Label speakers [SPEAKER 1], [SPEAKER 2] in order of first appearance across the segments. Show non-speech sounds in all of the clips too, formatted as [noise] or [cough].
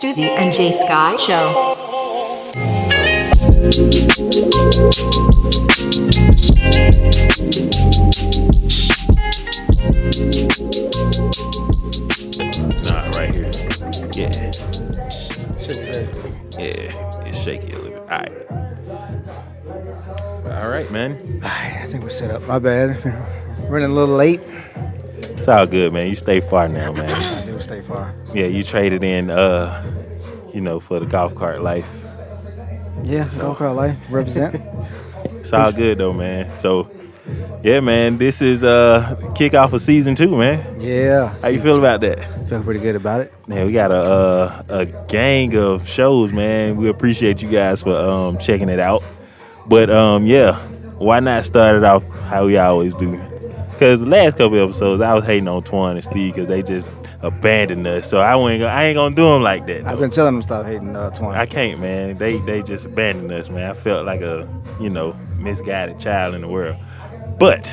[SPEAKER 1] to the NJ Scott Show.
[SPEAKER 2] Nah, right here. Yeah,
[SPEAKER 3] Shit, man.
[SPEAKER 2] yeah. It's shaky a little bit. All right. All right, man.
[SPEAKER 3] I think we're set up. My bad. [laughs] Running a little late.
[SPEAKER 2] It's all good, man. You stay far now, man.
[SPEAKER 3] I didn't stay far.
[SPEAKER 2] Yeah, you traded in, uh, you know, for the golf cart life.
[SPEAKER 3] Yeah, go Carl Life. Represent.
[SPEAKER 2] It's all good though, man. So, yeah, man. This is uh kickoff of season two, man.
[SPEAKER 3] [laughs] yeah.
[SPEAKER 2] How you feel about that?
[SPEAKER 3] Feel pretty good about it.
[SPEAKER 2] Man, we got a uh, a gang of shows, man. We appreciate you guys for um, checking it out. But um, yeah, why not start it off how we always do? Because the last couple episodes, I was hating on Twan and Steve because they just abandoned us. So I ain't gonna, I ain't gonna do them like that.
[SPEAKER 3] I've
[SPEAKER 2] though.
[SPEAKER 3] been telling them stop hating uh, Twine.
[SPEAKER 2] I can't, man. They they just abandoned us, man. I felt like a you know misguided child in the world, but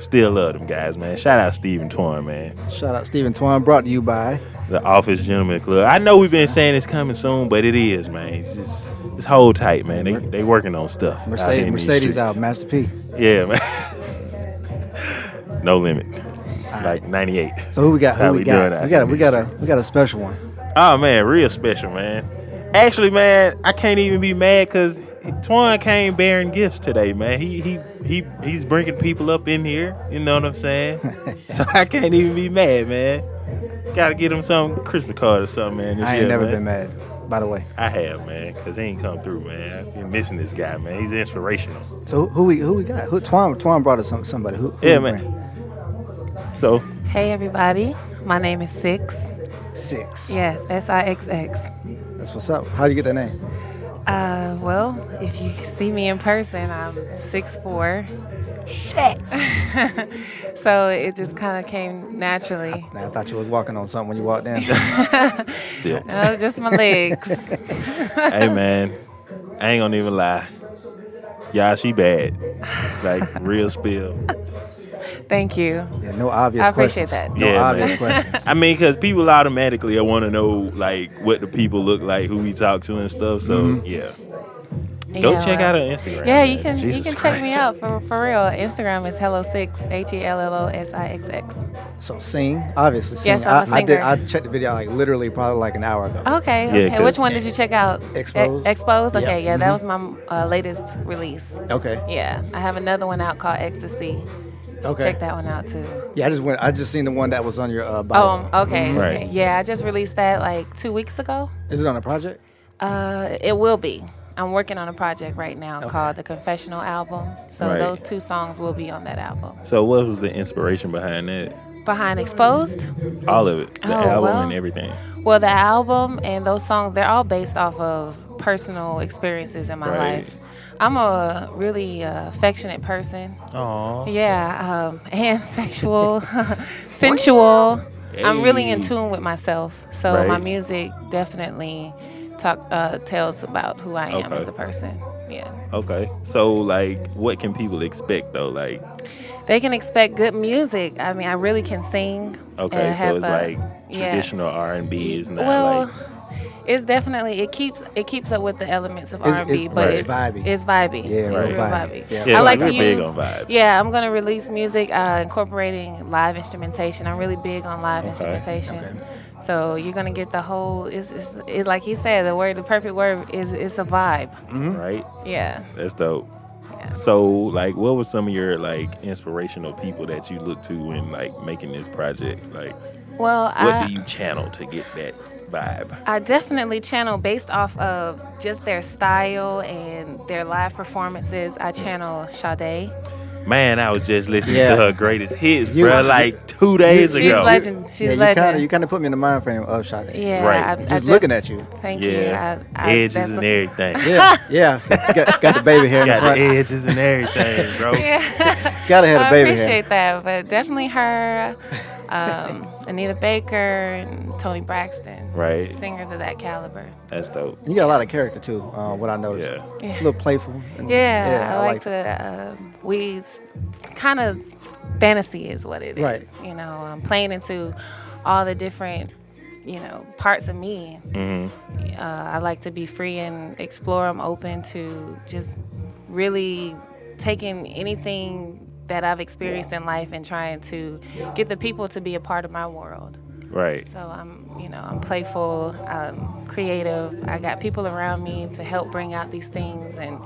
[SPEAKER 2] still love them guys, man. Shout out Steve and Twan, man.
[SPEAKER 3] Shout out Stephen Twine. Brought to you by.
[SPEAKER 2] The Office Gentleman Club. I know we've been saying it's coming soon, but it is, man. It's just just hold tight, man. They they working on stuff. out here
[SPEAKER 3] Mercedes,
[SPEAKER 2] in these
[SPEAKER 3] Mercedes
[SPEAKER 2] streets.
[SPEAKER 3] out, Master P.
[SPEAKER 2] Yeah, man. [laughs] no limit. Like ninety eight.
[SPEAKER 3] So who we got? Who
[SPEAKER 2] How
[SPEAKER 3] we,
[SPEAKER 2] we
[SPEAKER 3] got?
[SPEAKER 2] doing out
[SPEAKER 3] we
[SPEAKER 2] here
[SPEAKER 3] got?
[SPEAKER 2] in
[SPEAKER 3] We
[SPEAKER 2] these
[SPEAKER 3] got a. We got a special one.
[SPEAKER 2] Oh man, real special, man. Actually, man, I can't even be mad because Twan came bearing gifts today, man. He he he he's bringing people up in here. You know what I'm
[SPEAKER 3] [laughs]
[SPEAKER 2] saying? so I can't even be mad, man. Gotta get him some Christmas card or something, man. this
[SPEAKER 3] I ain't
[SPEAKER 2] year,
[SPEAKER 3] never
[SPEAKER 2] man.
[SPEAKER 3] been mad. By the way.
[SPEAKER 2] I have, man, because he ain't come through, man. I've been missing this guy, man. He's inspirational.
[SPEAKER 3] So who, who we who we got? Who Twine? Twine brought us some, somebody. Who, who
[SPEAKER 2] Yeah,
[SPEAKER 3] we
[SPEAKER 2] man.
[SPEAKER 3] bring?
[SPEAKER 2] So,
[SPEAKER 4] Hey everybody, my name is Six.
[SPEAKER 3] Six.
[SPEAKER 4] Yes, S I X X.
[SPEAKER 3] That's what's up. How you get that name?
[SPEAKER 4] Uh, well, if you see me in person, I'm six four. Shit. [laughs] so it just kind of came naturally.
[SPEAKER 3] Nah, I thought you was walking on something when you walked
[SPEAKER 4] [laughs]
[SPEAKER 3] in.
[SPEAKER 2] still,
[SPEAKER 4] Oh, just my legs.
[SPEAKER 2] hey, man, I ain't gonna even lie. Y'all, she bad. Like, real spill.
[SPEAKER 4] Thank you.
[SPEAKER 3] yeah, no obvious
[SPEAKER 4] I appreciate
[SPEAKER 3] questions.
[SPEAKER 4] that.
[SPEAKER 3] No
[SPEAKER 2] Yeah,
[SPEAKER 3] obvious
[SPEAKER 2] man.
[SPEAKER 3] questions.
[SPEAKER 2] I mean, because people automatically want to know like what the people look like, who we talk to and stuff. So yeah, go
[SPEAKER 4] Yeah,
[SPEAKER 2] check
[SPEAKER 4] well,
[SPEAKER 2] out her Instagram.
[SPEAKER 4] Yeah, you
[SPEAKER 2] man.
[SPEAKER 4] can you
[SPEAKER 2] Jesus
[SPEAKER 4] can check me
[SPEAKER 2] Christ.
[SPEAKER 4] out for for real. Instagram is hello six h e l l o s i x x.
[SPEAKER 3] So sing, obviously sing.
[SPEAKER 4] Yes, I'm a
[SPEAKER 3] I, I did.
[SPEAKER 4] singer. Oh.
[SPEAKER 3] I checked the video like literally probably like an hour ago.
[SPEAKER 4] Okay,
[SPEAKER 2] Yeah,
[SPEAKER 4] okay. Which
[SPEAKER 2] 'cause-
[SPEAKER 4] one did you check out? E-
[SPEAKER 3] Exposed.
[SPEAKER 4] Exposed.
[SPEAKER 3] Yep.
[SPEAKER 4] Okay, yeah, that was my uh, latest release.
[SPEAKER 3] Okay.
[SPEAKER 4] Yeah, I have another one out called Ecstasy.
[SPEAKER 3] Okay.
[SPEAKER 4] Check that one out too.
[SPEAKER 3] Yeah, I just went. I just seen the one that was on your uh,
[SPEAKER 4] Oh,
[SPEAKER 3] bio.
[SPEAKER 4] okay.
[SPEAKER 2] Mm-hmm. Right.
[SPEAKER 4] okay. Yeah, I just released that like two weeks ago.
[SPEAKER 3] Is it on a project?
[SPEAKER 4] Uh, it will be. I'm working on a project right now called the Confessional Album. So
[SPEAKER 2] Right.
[SPEAKER 4] those two songs will be on that album.
[SPEAKER 2] So what was the inspiration behind that?
[SPEAKER 4] Behind Exposed,
[SPEAKER 2] All of it, the
[SPEAKER 4] Oh,
[SPEAKER 2] album
[SPEAKER 4] well.
[SPEAKER 2] and everything.
[SPEAKER 4] well, the album and those songs, they're all based off of personal experiences in my
[SPEAKER 2] Right.
[SPEAKER 4] life. I'm a really uh, affectionate person.
[SPEAKER 2] Aww.
[SPEAKER 4] Yeah, um, [laughs] and sexual, [laughs] sensual. I'm really in
[SPEAKER 2] Hey.
[SPEAKER 4] tune with myself, so
[SPEAKER 2] Right.
[SPEAKER 4] my music definitely talk uh, tells about who I am
[SPEAKER 2] Okay.
[SPEAKER 4] as a person. Yeah,
[SPEAKER 2] Okay. So like, what can people expect though? Like,
[SPEAKER 4] they can expect good music. I mean, I really can sing. and
[SPEAKER 2] okay,
[SPEAKER 4] I
[SPEAKER 2] so
[SPEAKER 4] have
[SPEAKER 2] it's
[SPEAKER 4] a-
[SPEAKER 2] like
[SPEAKER 4] yeah.
[SPEAKER 2] traditional R and B is not
[SPEAKER 4] Well,
[SPEAKER 2] like
[SPEAKER 4] it's definitely it keeps it keeps up with the elements of
[SPEAKER 3] It's-
[SPEAKER 4] R and B,
[SPEAKER 3] it's-
[SPEAKER 4] but
[SPEAKER 3] right.
[SPEAKER 4] it's
[SPEAKER 3] vibey.
[SPEAKER 4] It's vibey.
[SPEAKER 3] Yeah,
[SPEAKER 4] it's
[SPEAKER 3] right.
[SPEAKER 4] real
[SPEAKER 3] Vibey.
[SPEAKER 4] vibey.
[SPEAKER 3] Yeah.
[SPEAKER 2] Yeah,
[SPEAKER 4] I like to
[SPEAKER 2] we're big
[SPEAKER 4] use.
[SPEAKER 2] on vibes.
[SPEAKER 4] Yeah, I'm gonna release music uh, incorporating live instrumentation. I'm really big on live instrumentation. So you're gonna get the whole. It's, it's it, like he said. The word, the perfect word is it's a vibe.
[SPEAKER 2] right.
[SPEAKER 4] Yeah.
[SPEAKER 2] That's dope.
[SPEAKER 4] Yeah.
[SPEAKER 2] So like, what were some of your like inspirational people that you look to when like making this project? Like,
[SPEAKER 4] Well,
[SPEAKER 2] what
[SPEAKER 4] I
[SPEAKER 2] do you channel to get that vibe?
[SPEAKER 4] I definitely channel based off of just their style and their live performances. I channel Sade.
[SPEAKER 2] Man, I was just listening
[SPEAKER 3] Yeah.
[SPEAKER 2] to her greatest hits,
[SPEAKER 3] You-
[SPEAKER 2] bruh, like two days
[SPEAKER 4] She's
[SPEAKER 2] ago.
[SPEAKER 4] like- Legend. She's
[SPEAKER 3] yeah, you
[SPEAKER 4] legend.
[SPEAKER 3] kind of you kind of put me in the mind frame of Sade.
[SPEAKER 4] Yeah.
[SPEAKER 2] Right.
[SPEAKER 4] I,
[SPEAKER 2] Just
[SPEAKER 4] I
[SPEAKER 3] Just
[SPEAKER 4] def-
[SPEAKER 3] looking at
[SPEAKER 4] [laughs]
[SPEAKER 3] you.
[SPEAKER 4] Thank
[SPEAKER 2] yeah,
[SPEAKER 4] you. I, I,
[SPEAKER 2] edges
[SPEAKER 4] that's
[SPEAKER 2] and
[SPEAKER 4] a-
[SPEAKER 2] everything.
[SPEAKER 3] Yeah, yeah. got, got the baby hair in
[SPEAKER 2] [laughs]
[SPEAKER 3] the
[SPEAKER 2] Got
[SPEAKER 3] front.
[SPEAKER 2] the edges and everything,
[SPEAKER 4] [laughs]
[SPEAKER 2] bro.
[SPEAKER 3] Gotta have
[SPEAKER 4] I
[SPEAKER 3] the baby
[SPEAKER 4] appreciate
[SPEAKER 3] hair.
[SPEAKER 4] that, but definitely her, um, Anita Baker, and Tony Braxton,
[SPEAKER 2] Right.
[SPEAKER 4] Singers of that caliber.
[SPEAKER 2] That's dope.
[SPEAKER 3] You got a lot of character too. Uh, what I noticed.
[SPEAKER 2] Yeah.
[SPEAKER 4] Yeah.
[SPEAKER 3] A little playful. and-
[SPEAKER 4] Mm-hmm. Yeah, I, like,
[SPEAKER 3] that.
[SPEAKER 4] to uh, wheeze. Kind of fantasy is what it is.
[SPEAKER 3] Right.
[SPEAKER 4] You know, I'm playing into all the different you know, parts of me. Uh, I like to be free and explore. I'm open to just really taking anything that I've experienced in life and trying to get the people to be a part of my world.
[SPEAKER 2] Right.
[SPEAKER 4] So I'm, you know, I'm playful, I'm creative. I got people around me to help bring out these things, and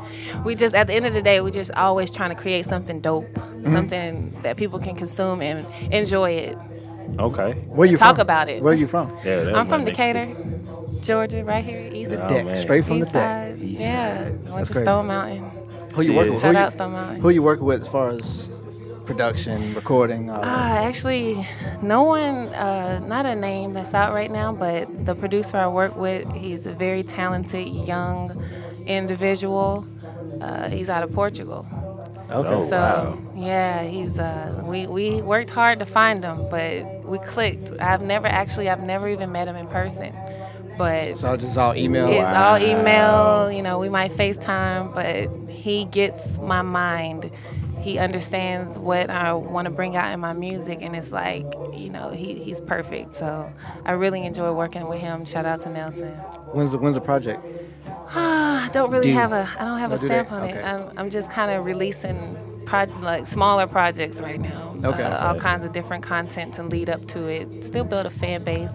[SPEAKER 4] we just, at the end of the day, we just always trying to create something dope,
[SPEAKER 3] Mm-hmm.
[SPEAKER 4] something that people can consume and enjoy it.
[SPEAKER 2] Okay.
[SPEAKER 3] Where you
[SPEAKER 4] Talk
[SPEAKER 3] from?
[SPEAKER 4] about it.
[SPEAKER 3] Where
[SPEAKER 2] [laughs]
[SPEAKER 3] you from?
[SPEAKER 2] Yeah, that was
[SPEAKER 4] I'm
[SPEAKER 2] my
[SPEAKER 4] from
[SPEAKER 2] next
[SPEAKER 4] Decatur, Georgia, right here, east,
[SPEAKER 3] The
[SPEAKER 2] Oh,
[SPEAKER 3] deck,
[SPEAKER 2] man.
[SPEAKER 3] straight from
[SPEAKER 4] east
[SPEAKER 3] the deck.
[SPEAKER 4] side. Yeah, went
[SPEAKER 3] That's
[SPEAKER 4] to
[SPEAKER 3] crazy.
[SPEAKER 4] Stone Mountain.
[SPEAKER 3] Who you
[SPEAKER 2] Yeah.
[SPEAKER 3] working with?
[SPEAKER 4] Shout
[SPEAKER 3] who
[SPEAKER 4] out
[SPEAKER 3] you,
[SPEAKER 4] Stone Mountain.
[SPEAKER 3] Who you working with as far as production, recording?
[SPEAKER 4] Uh,
[SPEAKER 3] Uh,
[SPEAKER 4] actually, no one, uh, not a name that's out right now, but the producer I work with, he's a very talented young individual. Uh, he's out of Portugal.
[SPEAKER 3] okay.
[SPEAKER 2] Oh,
[SPEAKER 4] so,
[SPEAKER 2] wow.
[SPEAKER 4] yeah, he's, uh, we, we worked hard to find him, but we clicked. I've never, actually, I've never even met him in person. But
[SPEAKER 3] So just all email.
[SPEAKER 4] it's all
[SPEAKER 2] Wow.
[SPEAKER 4] email. You know, we might FaceTime, but he gets my mind. He understands what I want to bring out in my music, and it's like, you know, he, he's perfect. So I really enjoy working with him. Shout out to Nelson. [sighs]
[SPEAKER 3] When's the when's the project?
[SPEAKER 4] I don't really
[SPEAKER 3] Do-
[SPEAKER 4] have a I don't have a
[SPEAKER 3] No, do they?
[SPEAKER 4] stamp on
[SPEAKER 3] Okay.
[SPEAKER 4] it. I'm, I'm just kind of releasing pro- like smaller projects right now.
[SPEAKER 3] Okay.
[SPEAKER 4] Uh, All
[SPEAKER 2] Okay.
[SPEAKER 4] kinds of different content to lead up to it. Still build a fan base.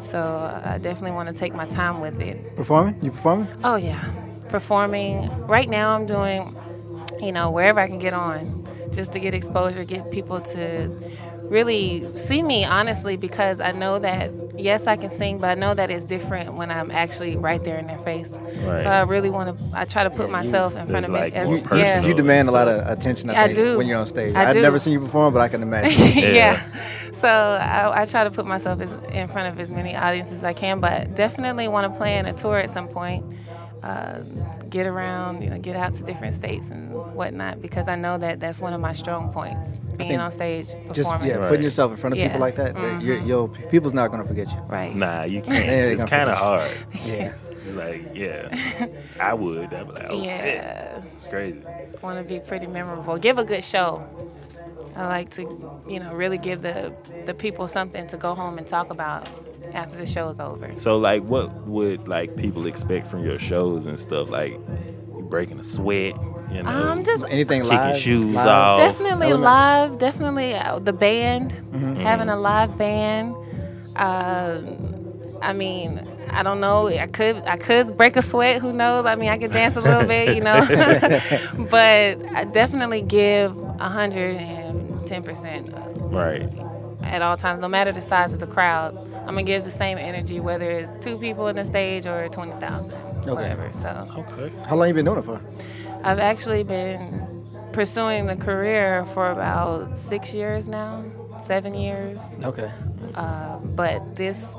[SPEAKER 4] So I definitely want to take my time with it.
[SPEAKER 3] Performing? You performing?
[SPEAKER 4] Oh yeah, performing. Right now, I'm doing, you know, wherever I can get on, just to get exposure, get people to really see me honestly, because I know that yes, I can sing, but I know that it's different when I'm actually right there in their face.
[SPEAKER 2] Right.
[SPEAKER 4] So I really want to. I try to put myself in front
[SPEAKER 2] there's
[SPEAKER 4] of
[SPEAKER 2] like
[SPEAKER 4] it as
[SPEAKER 2] more
[SPEAKER 3] You, you-
[SPEAKER 2] personal
[SPEAKER 4] yeah.
[SPEAKER 3] you demand a lot of attention. I,
[SPEAKER 4] Yeah, I
[SPEAKER 3] think,
[SPEAKER 4] do.
[SPEAKER 3] When you're on stage,
[SPEAKER 4] I
[SPEAKER 3] have
[SPEAKER 4] do.
[SPEAKER 3] never seen you perform, but I can imagine.
[SPEAKER 4] [laughs] yeah.
[SPEAKER 2] Yeah.
[SPEAKER 4] So I, I try to put myself as, in front of as many audiences as I can, but definitely want to plan a tour at some point. Uh, get around, you know, get out to different states and whatnot, because I know that that's one of my strong points. Being
[SPEAKER 3] think
[SPEAKER 4] on stage, performing.
[SPEAKER 3] just yeah,
[SPEAKER 2] Right.
[SPEAKER 3] putting yourself in front of
[SPEAKER 4] Yeah. Mm-hmm.
[SPEAKER 3] people like that, that you're, you'll people's not gonna forget
[SPEAKER 4] [laughs]
[SPEAKER 3] you.
[SPEAKER 4] Right.
[SPEAKER 2] Nah, you can't.
[SPEAKER 3] Yeah, they
[SPEAKER 2] it's
[SPEAKER 3] gonna
[SPEAKER 2] kind of
[SPEAKER 3] finish.
[SPEAKER 2] hard.
[SPEAKER 3] Yeah.
[SPEAKER 2] Like, yeah, I would. I'd be like, oh, yeah.
[SPEAKER 4] Yeah.
[SPEAKER 2] it's crazy.
[SPEAKER 4] Want to be pretty memorable. Give a good show. I like to, you know, really give the the people something to go home and talk about after the show's over.
[SPEAKER 2] So, like, what would like people expect from your shows and stuff? Like, you breaking a sweat, you know,
[SPEAKER 4] Um, just
[SPEAKER 3] Anything
[SPEAKER 2] kicking
[SPEAKER 3] live?
[SPEAKER 2] shoes
[SPEAKER 3] live?
[SPEAKER 2] off.
[SPEAKER 4] definitely
[SPEAKER 3] elements.
[SPEAKER 4] live definitely uh, the band having a live band uh, i mean i don't know i could i could break a sweat who knows i mean i could dance a little bit you know [laughs] but i definitely give 110%
[SPEAKER 2] right?
[SPEAKER 4] at all times no matter the size of the crowd i'm gonna give the same energy whether it's two people in the stage or 20000 whatever so
[SPEAKER 2] Okay.
[SPEAKER 3] How long you been doing it for?
[SPEAKER 4] I've actually been pursuing the career for about six years now, seven years.
[SPEAKER 3] Okay.
[SPEAKER 4] But this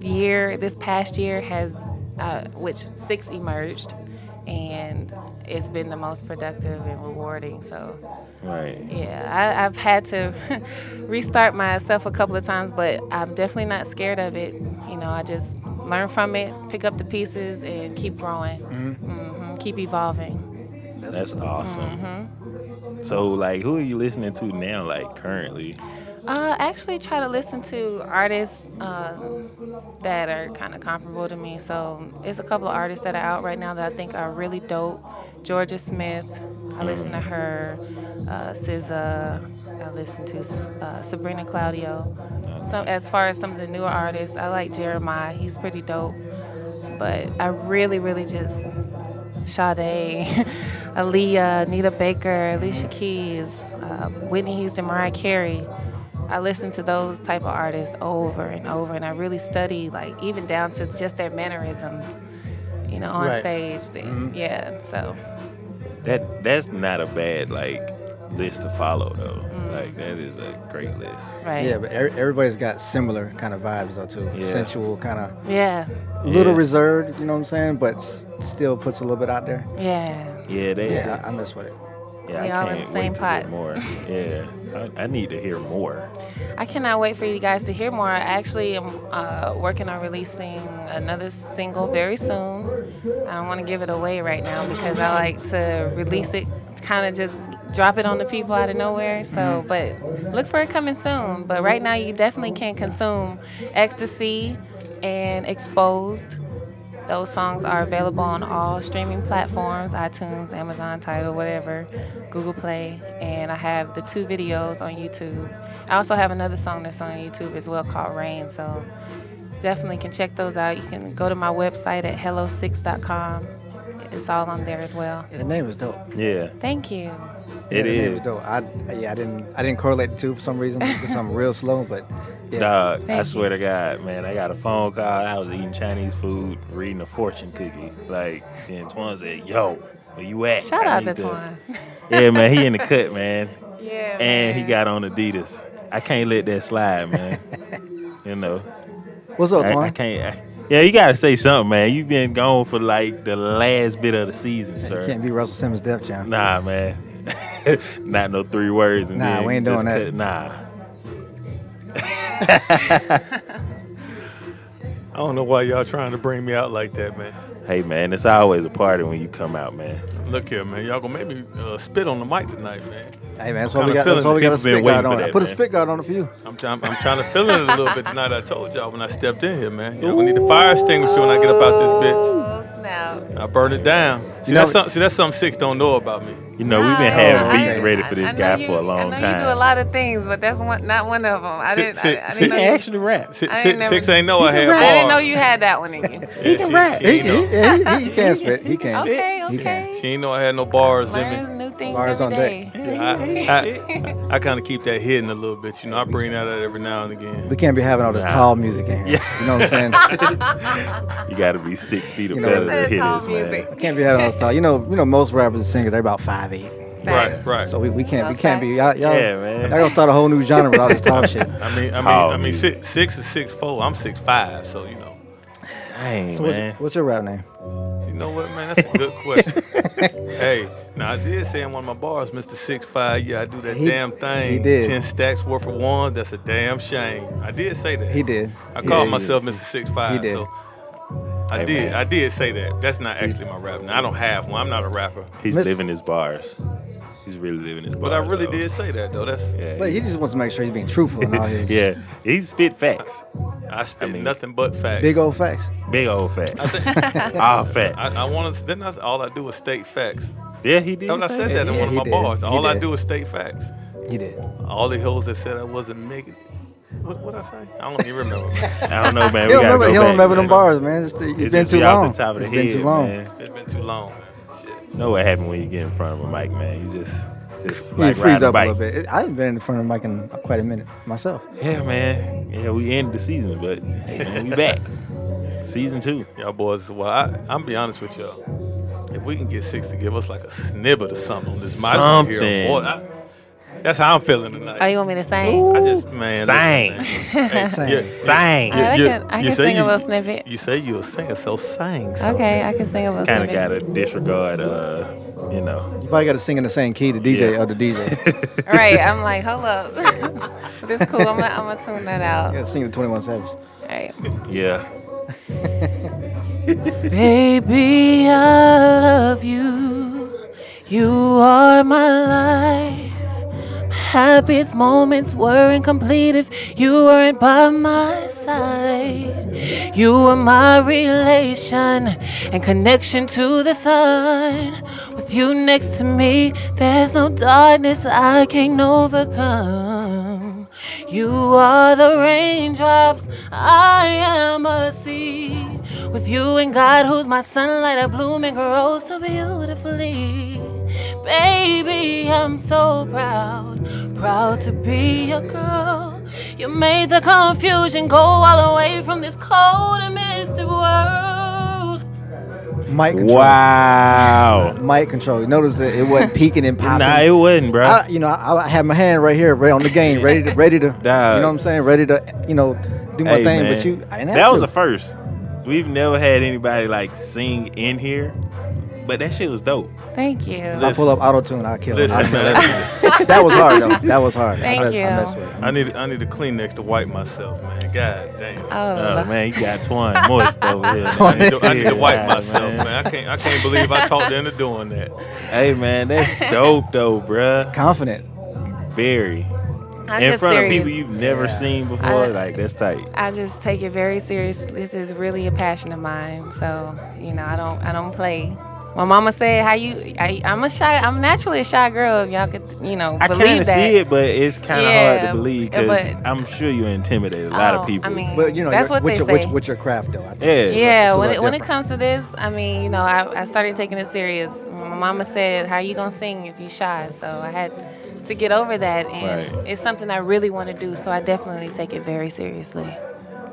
[SPEAKER 4] year, this past year has, uh, which six emerged, and it's been the most productive and rewarding. So
[SPEAKER 2] Right.
[SPEAKER 4] yeah, I, I've had to [laughs] restart myself a couple of times, but I'm definitely not scared of it. You know, I just learn from it, pick up the pieces, and keep growing, hmm keep evolving.
[SPEAKER 2] That's
[SPEAKER 3] Mm-hmm.
[SPEAKER 2] awesome. So, like, who are you listening to now? Like, currently?
[SPEAKER 4] Uh, I actually try to listen to artists um that are kind of comparable to me. So it's a couple of artists that are out right now that I think are really dope. Georgia Smith, I listen to her. Uh, SZA, I listen to uh, Sabrina Claudio. So as far as some of the newer artists, I like Jeremiah. He's pretty dope. But I really, really just Sade, [laughs] Aaliyah, Nita Baker, Alicia Keys, uh, Whitney Houston, Mariah Carey. I listen to those type of artists over and over, and I really study like even down to just their mannerisms, you know, on
[SPEAKER 3] Right. Mm-hmm.
[SPEAKER 4] stage. They- Yeah, so
[SPEAKER 2] That that's not a bad like list to follow though.
[SPEAKER 4] Mm.
[SPEAKER 2] Like, that is a great list.
[SPEAKER 4] right,
[SPEAKER 3] Yeah,
[SPEAKER 4] yeah,
[SPEAKER 3] but er- everybody's got similar kind of vibes though too.
[SPEAKER 2] Yeah.
[SPEAKER 3] Sensual kind of,
[SPEAKER 4] yeah,
[SPEAKER 3] little
[SPEAKER 2] Yeah.
[SPEAKER 3] reserved. You know what I'm saying? But s- still puts a little bit out there.
[SPEAKER 4] yeah.
[SPEAKER 2] Yeah, they,
[SPEAKER 3] Yeah, I, I mess with it.
[SPEAKER 2] yeah,
[SPEAKER 4] We
[SPEAKER 2] I
[SPEAKER 4] all in
[SPEAKER 2] can't
[SPEAKER 4] the
[SPEAKER 2] wait
[SPEAKER 4] same
[SPEAKER 2] to
[SPEAKER 4] pot.
[SPEAKER 2] hear more. Yeah, I, I need to hear more.
[SPEAKER 4] I cannot wait for you guys to hear more. I actually am uh, working on releasing another single very soon. I don't want to give it away right now because I like to release it, kind of just drop it on the people out of nowhere. So, but look for it coming soon. But right now, you definitely can consume Ecstasy, and Exposed. Those songs are available on all streaming platforms iTunes, Amazon, Tidal, whatever, Google Play. And I have the two videos on YouTube. I also have another song that's on YouTube as well called Rain. So definitely can check those out. You can go to my website at hello6.com. It's all on there as well.
[SPEAKER 3] Yeah, the name is dope.
[SPEAKER 2] Yeah,
[SPEAKER 4] Thank you.
[SPEAKER 3] yeah,
[SPEAKER 2] it
[SPEAKER 3] the name
[SPEAKER 2] is.
[SPEAKER 3] is dope. I yeah, I didn't I didn't correlate the two for some reason because I'm real slow, but yeah.
[SPEAKER 2] Dog, I
[SPEAKER 4] Thank
[SPEAKER 2] swear to God, man, I got a phone call. I was eating Chinese food, reading a fortune cookie. Like, and Twan said, "Yo, where you at?"
[SPEAKER 4] Shout
[SPEAKER 2] I
[SPEAKER 4] out
[SPEAKER 2] need
[SPEAKER 4] to [laughs] Twan.
[SPEAKER 2] [laughs] Yeah, man, he in the cut,
[SPEAKER 3] [laughs]
[SPEAKER 2] man,
[SPEAKER 4] Yeah.
[SPEAKER 2] and he got on Adidas. I can't let that slide, man.
[SPEAKER 3] [laughs]
[SPEAKER 2] you know,
[SPEAKER 3] What's up,
[SPEAKER 2] I, I
[SPEAKER 3] Twan?
[SPEAKER 2] can't. I- yeah, you gotta say something, man. You've been gone for like the last bit of the season,
[SPEAKER 3] You
[SPEAKER 2] sir.
[SPEAKER 3] can't be Russell Simmons' Def Jam.
[SPEAKER 2] Nah, man. [laughs] Not no three words. And
[SPEAKER 3] Nah,
[SPEAKER 2] then
[SPEAKER 3] we ain't doing
[SPEAKER 2] just
[SPEAKER 3] that.
[SPEAKER 2] cut- Nah.
[SPEAKER 5] I don't know why y'all trying to bring me out like that, man.
[SPEAKER 2] Hey, man, it's always a party when you come out, man.
[SPEAKER 5] Look here, man. Y'all gonna make me uh, spit on the mic tonight, man.
[SPEAKER 3] Hey man, that's
[SPEAKER 5] I'm
[SPEAKER 3] why we
[SPEAKER 5] kinda
[SPEAKER 3] got that's why
[SPEAKER 5] feeling
[SPEAKER 3] we got
[SPEAKER 5] the
[SPEAKER 2] people
[SPEAKER 3] a
[SPEAKER 2] been
[SPEAKER 3] spit
[SPEAKER 2] waiting
[SPEAKER 3] guard on.
[SPEAKER 2] for
[SPEAKER 3] it.
[SPEAKER 2] that,
[SPEAKER 3] I put a
[SPEAKER 2] man.
[SPEAKER 3] spit guard on it for you.
[SPEAKER 5] I'm trying. I'm trying to feel it a little bit tonight. I told y'all when I stepped in here, man. Y'all gonna need a fire extinguisher when I get up out this bitch.
[SPEAKER 4] Oh, snap.
[SPEAKER 5] I burn it down. See,
[SPEAKER 3] You know-
[SPEAKER 5] that's something. See, that's something six don't know about me.
[SPEAKER 2] You know, we've been
[SPEAKER 4] Oh,
[SPEAKER 2] having
[SPEAKER 4] I-
[SPEAKER 2] beats ready for
[SPEAKER 4] I- I
[SPEAKER 2] this
[SPEAKER 4] know
[SPEAKER 2] guy
[SPEAKER 4] you-
[SPEAKER 2] for a long
[SPEAKER 4] I know
[SPEAKER 2] time.
[SPEAKER 4] You do a lot of things, but that's one, not one of them. I
[SPEAKER 5] Sit-
[SPEAKER 4] didn't.
[SPEAKER 5] sit-
[SPEAKER 4] I, I
[SPEAKER 5] sit-
[SPEAKER 4] didn't
[SPEAKER 2] [laughs]
[SPEAKER 4] know you,
[SPEAKER 2] raps.
[SPEAKER 5] Six,
[SPEAKER 4] I
[SPEAKER 5] six,
[SPEAKER 4] ain't never-
[SPEAKER 5] six ain't know I had
[SPEAKER 4] I didn't know
[SPEAKER 5] bars.
[SPEAKER 4] you had that one in
[SPEAKER 2] [laughs]
[SPEAKER 4] you.
[SPEAKER 5] Yeah, she-
[SPEAKER 3] He,
[SPEAKER 5] she ain't
[SPEAKER 3] he,
[SPEAKER 4] [laughs]
[SPEAKER 5] know-
[SPEAKER 3] yeah, he, he can spit. He can.
[SPEAKER 4] Okay,
[SPEAKER 3] He can.
[SPEAKER 4] okay.
[SPEAKER 5] She ain't know I had no bars in me.
[SPEAKER 4] Learn new things
[SPEAKER 3] Bars
[SPEAKER 4] every
[SPEAKER 3] on
[SPEAKER 4] day.
[SPEAKER 3] deck.
[SPEAKER 5] I, I, I kind of keep that hidden a little bit. You know, I bring that out every now and again.
[SPEAKER 3] We can't be having all this
[SPEAKER 2] Nah.
[SPEAKER 3] tall music in here. You know what I'm
[SPEAKER 2] [laughs]
[SPEAKER 3] saying?
[SPEAKER 2] You gotta be six feet or
[SPEAKER 3] You know,
[SPEAKER 2] better to
[SPEAKER 4] That's
[SPEAKER 2] hit
[SPEAKER 4] all
[SPEAKER 2] this, man.
[SPEAKER 3] We can't be having all this tall. You know, you know most rappers and singers they're about five eight.
[SPEAKER 5] Right, right.
[SPEAKER 3] So we, we can't we
[SPEAKER 4] That's
[SPEAKER 3] can't be y'all, y'all,
[SPEAKER 2] Yeah, man.
[SPEAKER 3] y'all gonna start a whole new genre with all
[SPEAKER 2] [laughs]
[SPEAKER 3] this tall shit.
[SPEAKER 5] I mean, I mean,
[SPEAKER 2] Tall
[SPEAKER 5] I mean,
[SPEAKER 2] music.
[SPEAKER 5] six, six is six four. I'm six five, so you know.
[SPEAKER 2] Dang,
[SPEAKER 3] So what's,
[SPEAKER 2] man.
[SPEAKER 3] what's your rap name?
[SPEAKER 5] You know what, man? That's a
[SPEAKER 3] [laughs]
[SPEAKER 5] good question. hey, now I did say in one of my bars, Mr. Six Five, yeah, I do that
[SPEAKER 3] He-
[SPEAKER 5] damn thing.
[SPEAKER 3] he did.
[SPEAKER 5] Ten stacks worth of ones. That's a damn shame. I did say that.
[SPEAKER 3] He did.
[SPEAKER 5] I
[SPEAKER 3] He
[SPEAKER 5] called
[SPEAKER 3] did.
[SPEAKER 5] myself Mr. Six Five.
[SPEAKER 3] He did.
[SPEAKER 5] So I
[SPEAKER 2] Hey,
[SPEAKER 5] did.
[SPEAKER 2] man.
[SPEAKER 5] I did say that. That's not actually my rap. Now I don't have one. I'm not a rapper.
[SPEAKER 2] He's
[SPEAKER 3] Miss-
[SPEAKER 2] living his bars. He's really living his bars.
[SPEAKER 5] But I really
[SPEAKER 2] though.
[SPEAKER 5] did say that though. That's
[SPEAKER 2] Yeah,
[SPEAKER 3] But he just wants to make sure he's being truthful in all his
[SPEAKER 2] yeah. He spit facts.
[SPEAKER 5] I spit
[SPEAKER 2] mean-
[SPEAKER 5] nothing but facts.
[SPEAKER 3] big old facts.
[SPEAKER 2] Big old facts.
[SPEAKER 5] I,
[SPEAKER 3] [laughs]
[SPEAKER 5] think,
[SPEAKER 2] All facts.
[SPEAKER 5] I, I want to. Then I, all I do is state facts.
[SPEAKER 2] Yeah, he did.
[SPEAKER 5] Tell me I
[SPEAKER 2] say
[SPEAKER 5] said that in
[SPEAKER 3] Yeah,
[SPEAKER 5] one of
[SPEAKER 3] he
[SPEAKER 5] my
[SPEAKER 3] did.
[SPEAKER 5] bars.
[SPEAKER 3] He
[SPEAKER 5] All I
[SPEAKER 3] did.
[SPEAKER 5] do is state facts.
[SPEAKER 3] He did.
[SPEAKER 5] All the hoes that said I wasn't making. What what I say? I don't even
[SPEAKER 3] [laughs]
[SPEAKER 5] remember. man.
[SPEAKER 2] I don't know, man.
[SPEAKER 3] He
[SPEAKER 2] We
[SPEAKER 3] don't
[SPEAKER 2] gotta
[SPEAKER 3] remember, he
[SPEAKER 2] go
[SPEAKER 3] don't
[SPEAKER 2] back, man.
[SPEAKER 3] remember them bars, man. It's, the,
[SPEAKER 2] It's
[SPEAKER 3] been
[SPEAKER 2] just
[SPEAKER 3] too
[SPEAKER 2] be
[SPEAKER 3] long.
[SPEAKER 2] Off the top of the
[SPEAKER 3] it's been
[SPEAKER 2] head,
[SPEAKER 3] too long.
[SPEAKER 2] Man.
[SPEAKER 5] it's been too long, man. Shit.
[SPEAKER 2] Know what happened when you get in front of a mic, man? You just, just
[SPEAKER 3] You
[SPEAKER 2] like
[SPEAKER 3] freeze
[SPEAKER 2] riding
[SPEAKER 3] up
[SPEAKER 2] a bike.
[SPEAKER 3] a little bit. It- I haven't been in front of the mic in quite a minute myself.
[SPEAKER 2] Yeah, man. Yeah, we ended the season, but hey, man, we back. Season two.
[SPEAKER 5] Y'all boys, well, I, I'm be honest with y'all. If we can get six to give us like a snippet or something on this mic, I just wanna hear a
[SPEAKER 2] Something.
[SPEAKER 5] voice. I- that's how I'm feeling
[SPEAKER 4] Oh,
[SPEAKER 5] tonight.
[SPEAKER 4] you want me to sing?
[SPEAKER 5] I just man,
[SPEAKER 2] Sing.
[SPEAKER 5] listen, man. Hey,
[SPEAKER 3] Sing.
[SPEAKER 5] yeah,
[SPEAKER 2] Sing.
[SPEAKER 4] I
[SPEAKER 5] you-
[SPEAKER 4] can- I
[SPEAKER 5] you
[SPEAKER 4] can
[SPEAKER 5] say
[SPEAKER 4] sing a
[SPEAKER 5] you-
[SPEAKER 4] little snippet.
[SPEAKER 5] You say you a singer, so sing. So.
[SPEAKER 4] Okay, I can sing a little
[SPEAKER 2] Kind
[SPEAKER 4] snippet.
[SPEAKER 2] of gotta disregard, uh, you know.
[SPEAKER 3] You probably got to sing in the same key, the DJ
[SPEAKER 2] Yeah.
[SPEAKER 3] or the [laughs] DJ.
[SPEAKER 4] Right, I'm
[SPEAKER 5] [laughs]
[SPEAKER 4] like, hold up. [laughs] this cool. I'm gonna, I'm gonna tune that out.
[SPEAKER 3] you got to sing the 21 Savage.
[SPEAKER 4] All right.
[SPEAKER 2] Yeah.
[SPEAKER 4] Baby, I love you. You are my life. Happiest moments were incomplete if you weren't by my side. You were my relation and connection to the sun. With you next to me, there's no darkness I can't overcome. You are the raindrops, I am a sea. With you and God, who's my sunlight, I bloom and grow so beautifully. Baby, I'm so proud, proud to be your girl. You made the confusion go all the way from this cold and misty world.
[SPEAKER 3] Mic control.
[SPEAKER 2] Wow.
[SPEAKER 3] Mic control. Notice that it wasn't peaking and
[SPEAKER 2] [laughs]
[SPEAKER 3] popping.
[SPEAKER 2] Nah, it wasn't, bro.
[SPEAKER 3] I, you know, I, I had my hand right here, right on the game, ready
[SPEAKER 2] [laughs]
[SPEAKER 3] to, ready to, you know what I'm saying, ready to, you know, do my
[SPEAKER 2] Hey,
[SPEAKER 3] thing.
[SPEAKER 2] man.
[SPEAKER 3] But you, I didn't have
[SPEAKER 2] that
[SPEAKER 3] to.
[SPEAKER 2] was a first. We've never had anybody like sing in here, but that shit was dope.
[SPEAKER 4] Thank you.
[SPEAKER 5] Look,
[SPEAKER 3] I pull up auto tune, I kill it. I
[SPEAKER 5] Listen,
[SPEAKER 3] kill
[SPEAKER 5] man,
[SPEAKER 3] it. that was hard though. That was hard.
[SPEAKER 4] Thank
[SPEAKER 3] I mess,
[SPEAKER 4] you.
[SPEAKER 3] I mess with it.
[SPEAKER 5] I need I need a Kleenex to wipe myself, man. God damn.
[SPEAKER 2] Oh man, you [laughs] got Twan moist over here.
[SPEAKER 5] I need, to, I need to wipe
[SPEAKER 2] Yeah,
[SPEAKER 5] myself, man. I can't. I can't believe I talked into
[SPEAKER 3] [laughs]
[SPEAKER 5] doing that.
[SPEAKER 4] [laughs]
[SPEAKER 2] Hey man, that's dope though, bruh.
[SPEAKER 3] Confident.
[SPEAKER 2] Very.
[SPEAKER 4] I'm
[SPEAKER 2] in
[SPEAKER 4] just
[SPEAKER 2] front
[SPEAKER 4] serious.
[SPEAKER 2] of people you've never seen before.
[SPEAKER 4] I-
[SPEAKER 2] like that's tight.
[SPEAKER 4] I just take it very serious. This is really a passion of mine. So you know, I don't I don't play. My mama said, "How you? I, I'm a shy. I'm naturally a shy girl. If y'all could, you know,
[SPEAKER 2] I kind
[SPEAKER 4] believe
[SPEAKER 2] of
[SPEAKER 4] that."
[SPEAKER 2] see it, but it's kind of hard
[SPEAKER 4] Yeah,
[SPEAKER 2] to believe
[SPEAKER 4] but-
[SPEAKER 2] because I'm sure you intimidate a lot
[SPEAKER 4] Oh,
[SPEAKER 2] of people.
[SPEAKER 4] I mean,
[SPEAKER 3] But you know,
[SPEAKER 4] that's
[SPEAKER 3] your-
[SPEAKER 4] what
[SPEAKER 3] with
[SPEAKER 4] they
[SPEAKER 3] your,
[SPEAKER 4] say.
[SPEAKER 3] with, with your craft though. I think.
[SPEAKER 2] Yeah.
[SPEAKER 3] it's a little- it's
[SPEAKER 4] yeah,
[SPEAKER 3] a
[SPEAKER 4] when it,
[SPEAKER 3] little
[SPEAKER 4] when it
[SPEAKER 3] different.
[SPEAKER 4] comes to this, I mean, you know, I, I started taking it serious. My mama said, "How you gonna sing if you shy?" So I had to get over that, and
[SPEAKER 2] Right.
[SPEAKER 4] it's something I really want to do. So I definitely take it very seriously.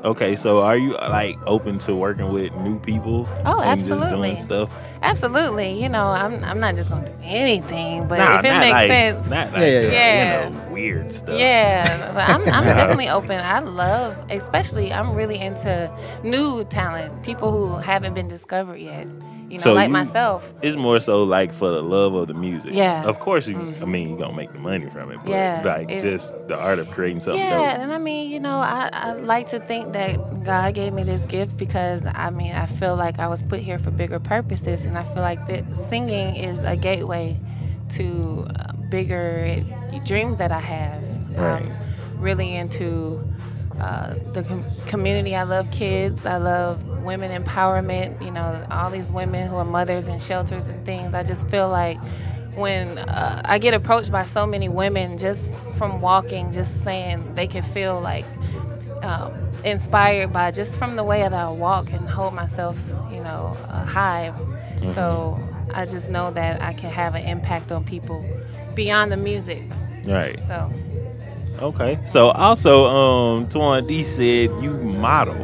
[SPEAKER 2] okay, so are you like open to working with new people?
[SPEAKER 4] Oh,
[SPEAKER 2] and
[SPEAKER 4] absolutely.
[SPEAKER 2] Just doing stuff.
[SPEAKER 4] Absolutely, you know, I'm I'm not just gonna do anything, but
[SPEAKER 2] Nah,
[SPEAKER 4] if it
[SPEAKER 2] not
[SPEAKER 4] makes
[SPEAKER 2] like-
[SPEAKER 4] sense,
[SPEAKER 2] not like
[SPEAKER 3] Yeah, yeah,
[SPEAKER 2] the,
[SPEAKER 4] yeah.
[SPEAKER 2] you know, weird stuff.
[SPEAKER 4] Yeah, but I'm,
[SPEAKER 2] [laughs]
[SPEAKER 4] I'm definitely open. I love, especially, I'm really into new talent, people who haven't been discovered yet. You know,
[SPEAKER 2] So
[SPEAKER 4] like
[SPEAKER 2] you-
[SPEAKER 4] myself.
[SPEAKER 2] It's more so like for the love of the music.
[SPEAKER 4] Yeah. Mm-hmm.
[SPEAKER 2] Of course, you, I mean, you're going to make the money from it, but
[SPEAKER 4] Yeah,
[SPEAKER 2] like
[SPEAKER 4] it's-
[SPEAKER 2] just the art of creating something
[SPEAKER 4] Yeah,
[SPEAKER 2] dope.
[SPEAKER 4] and I mean, you know, I, I like to think that God gave me this gift because I mean, I feel like I was put here for bigger purposes, and I feel like that singing is a gateway to uh, bigger dreams that I have. Um,
[SPEAKER 2] Right.
[SPEAKER 4] I'm really into uh, the com- community. I love kids. I love women empowerment. You know, all these women who are mothers in shelters and things. I just feel like when uh, I get approached by so many women just from walking, just saying they can feel like um, inspired by just from the way that I walk and hold myself, you know, uh, high. So I just know that I can have an impact on people beyond the music.
[SPEAKER 2] Right.
[SPEAKER 4] So
[SPEAKER 2] Okay. So also, um, Tuan D said you model.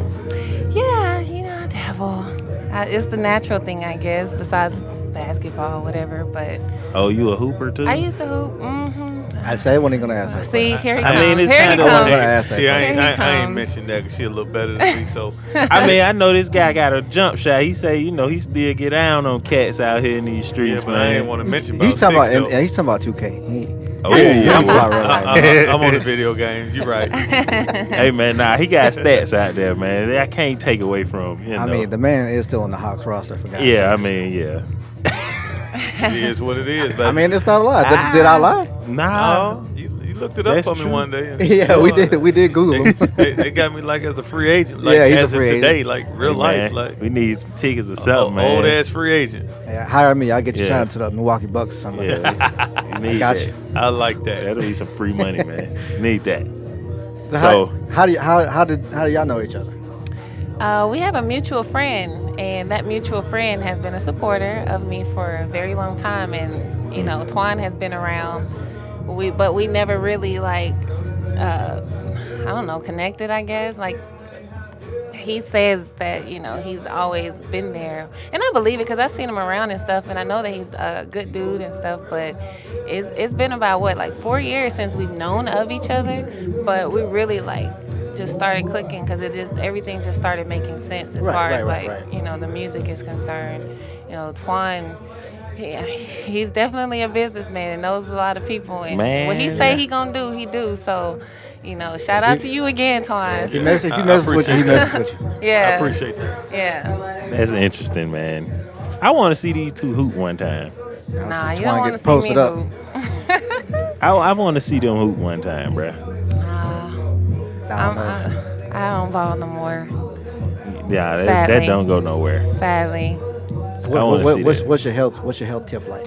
[SPEAKER 4] Yeah, you know, I dabble. I, it's the natural thing, I guess, besides basketball, whatever. But
[SPEAKER 2] Oh, you a hooper too?
[SPEAKER 4] I used to hoop. Mm-hmm.
[SPEAKER 3] I say I wasn't gonna ask that.
[SPEAKER 4] See, here he
[SPEAKER 2] I
[SPEAKER 4] comes.
[SPEAKER 2] mean, it's
[SPEAKER 4] here he
[SPEAKER 2] kinda
[SPEAKER 4] comes.
[SPEAKER 3] like- ask that
[SPEAKER 5] See, I ain't,
[SPEAKER 4] Here
[SPEAKER 5] I,
[SPEAKER 4] he
[SPEAKER 5] I ain't
[SPEAKER 4] comes.
[SPEAKER 5] mentioned that 'cause she a little better than me.
[SPEAKER 3] [laughs]
[SPEAKER 5] So
[SPEAKER 2] I mean, I know this guy got a jump shot. He say, you know, he still get down on cats out here in these
[SPEAKER 5] yeah,
[SPEAKER 2] streets,
[SPEAKER 5] but I
[SPEAKER 2] man.
[SPEAKER 5] ain't want to mention.
[SPEAKER 3] He's talking about
[SPEAKER 5] about. six,
[SPEAKER 3] and-
[SPEAKER 5] though.
[SPEAKER 3] and he's talking about 2K. He-
[SPEAKER 2] Oh,
[SPEAKER 3] I'm
[SPEAKER 2] yeah.
[SPEAKER 3] about [laughs] real life.
[SPEAKER 5] I, am Uh-huh. on the video games. You're
[SPEAKER 3] [laughs]
[SPEAKER 5] right.
[SPEAKER 2] hey man, nah, he got stats out there, man. that I can't take away from him. You know?
[SPEAKER 3] I mean, the man is still on the Hawks roster for guys.
[SPEAKER 2] yeah, I mean, yeah.
[SPEAKER 5] It is what it is. But
[SPEAKER 3] I mean, it's not a lie. Did,
[SPEAKER 4] Ah.
[SPEAKER 3] did I lie? [laughs]
[SPEAKER 2] Nah,
[SPEAKER 5] you, you looked it up
[SPEAKER 2] That's
[SPEAKER 5] for me
[SPEAKER 2] true.
[SPEAKER 5] one day. and-
[SPEAKER 3] Yeah, we did. We did Google
[SPEAKER 5] They,
[SPEAKER 3] him.
[SPEAKER 5] [laughs]
[SPEAKER 3] [laughs]
[SPEAKER 5] they, they got me like as a free agent. Like,
[SPEAKER 3] Yeah, he's a
[SPEAKER 5] as
[SPEAKER 3] free
[SPEAKER 5] of
[SPEAKER 3] agent.
[SPEAKER 5] today, like real
[SPEAKER 2] man,
[SPEAKER 5] life, like
[SPEAKER 2] we need some tickets or
[SPEAKER 5] a-
[SPEAKER 2] something, man.
[SPEAKER 5] old ass free agent.
[SPEAKER 3] yeah, hire me. I'll get you
[SPEAKER 2] Yeah.
[SPEAKER 3] signed to the Milwaukee Bucks or something. like that.
[SPEAKER 2] Yeah,
[SPEAKER 5] [laughs]
[SPEAKER 2] we need
[SPEAKER 3] Got
[SPEAKER 2] that.
[SPEAKER 3] you.
[SPEAKER 5] I like that.
[SPEAKER 2] That'll be some free money, man. Need that.
[SPEAKER 3] So, how,
[SPEAKER 2] So-
[SPEAKER 3] how do you, how how did how do y'all know each other?
[SPEAKER 4] Uh, we have a mutual friend, and that mutual friend has been a supporter of me for a very long time. And you know, Twan has been around. We but we never really like, uh, I don't know, connected. I guess like he says that you know he's always been there, and I believe it because I've seen him around and stuff, and I know that he's a good dude and stuff. But it's it's been about what like four years since we've known of each other, but we really like just started clicking because it just everything just started making sense as
[SPEAKER 3] Right,
[SPEAKER 4] far
[SPEAKER 3] right,
[SPEAKER 4] as
[SPEAKER 3] right,
[SPEAKER 4] like
[SPEAKER 3] right.
[SPEAKER 4] you know the music is concerned. You know, Twan. He, [laughs] he's definitely a businessman and knows a lot of people. And what he
[SPEAKER 2] Man.
[SPEAKER 4] say he gonna do, he do. So, you know, shout out to you again, Twan.
[SPEAKER 3] He messes, if
[SPEAKER 5] I-
[SPEAKER 3] he
[SPEAKER 5] I
[SPEAKER 3] messes with you, he
[SPEAKER 5] appreciate
[SPEAKER 3] messes with you.
[SPEAKER 5] I
[SPEAKER 4] Yeah.
[SPEAKER 5] appreciate that.
[SPEAKER 4] Yeah.
[SPEAKER 2] That's interesting, man. I want to see these two hoop one time.
[SPEAKER 3] Now,
[SPEAKER 4] Nah,
[SPEAKER 3] since Twan
[SPEAKER 4] you don't
[SPEAKER 3] get
[SPEAKER 4] want to see
[SPEAKER 3] posted
[SPEAKER 4] me
[SPEAKER 3] up.
[SPEAKER 4] hoop.
[SPEAKER 2] I, I want to see them hoop one time, bruh.
[SPEAKER 4] Nah, [laughs]
[SPEAKER 3] I don't
[SPEAKER 4] I'm,
[SPEAKER 3] know.
[SPEAKER 4] I, I don't ball no more,
[SPEAKER 2] Yeah, that, that
[SPEAKER 4] Sadly.
[SPEAKER 2] don't go nowhere.
[SPEAKER 4] sadly.
[SPEAKER 3] What-
[SPEAKER 2] wanna
[SPEAKER 3] what- what-
[SPEAKER 2] see
[SPEAKER 3] what's,
[SPEAKER 2] that.
[SPEAKER 3] what's your health? What's your health tip like?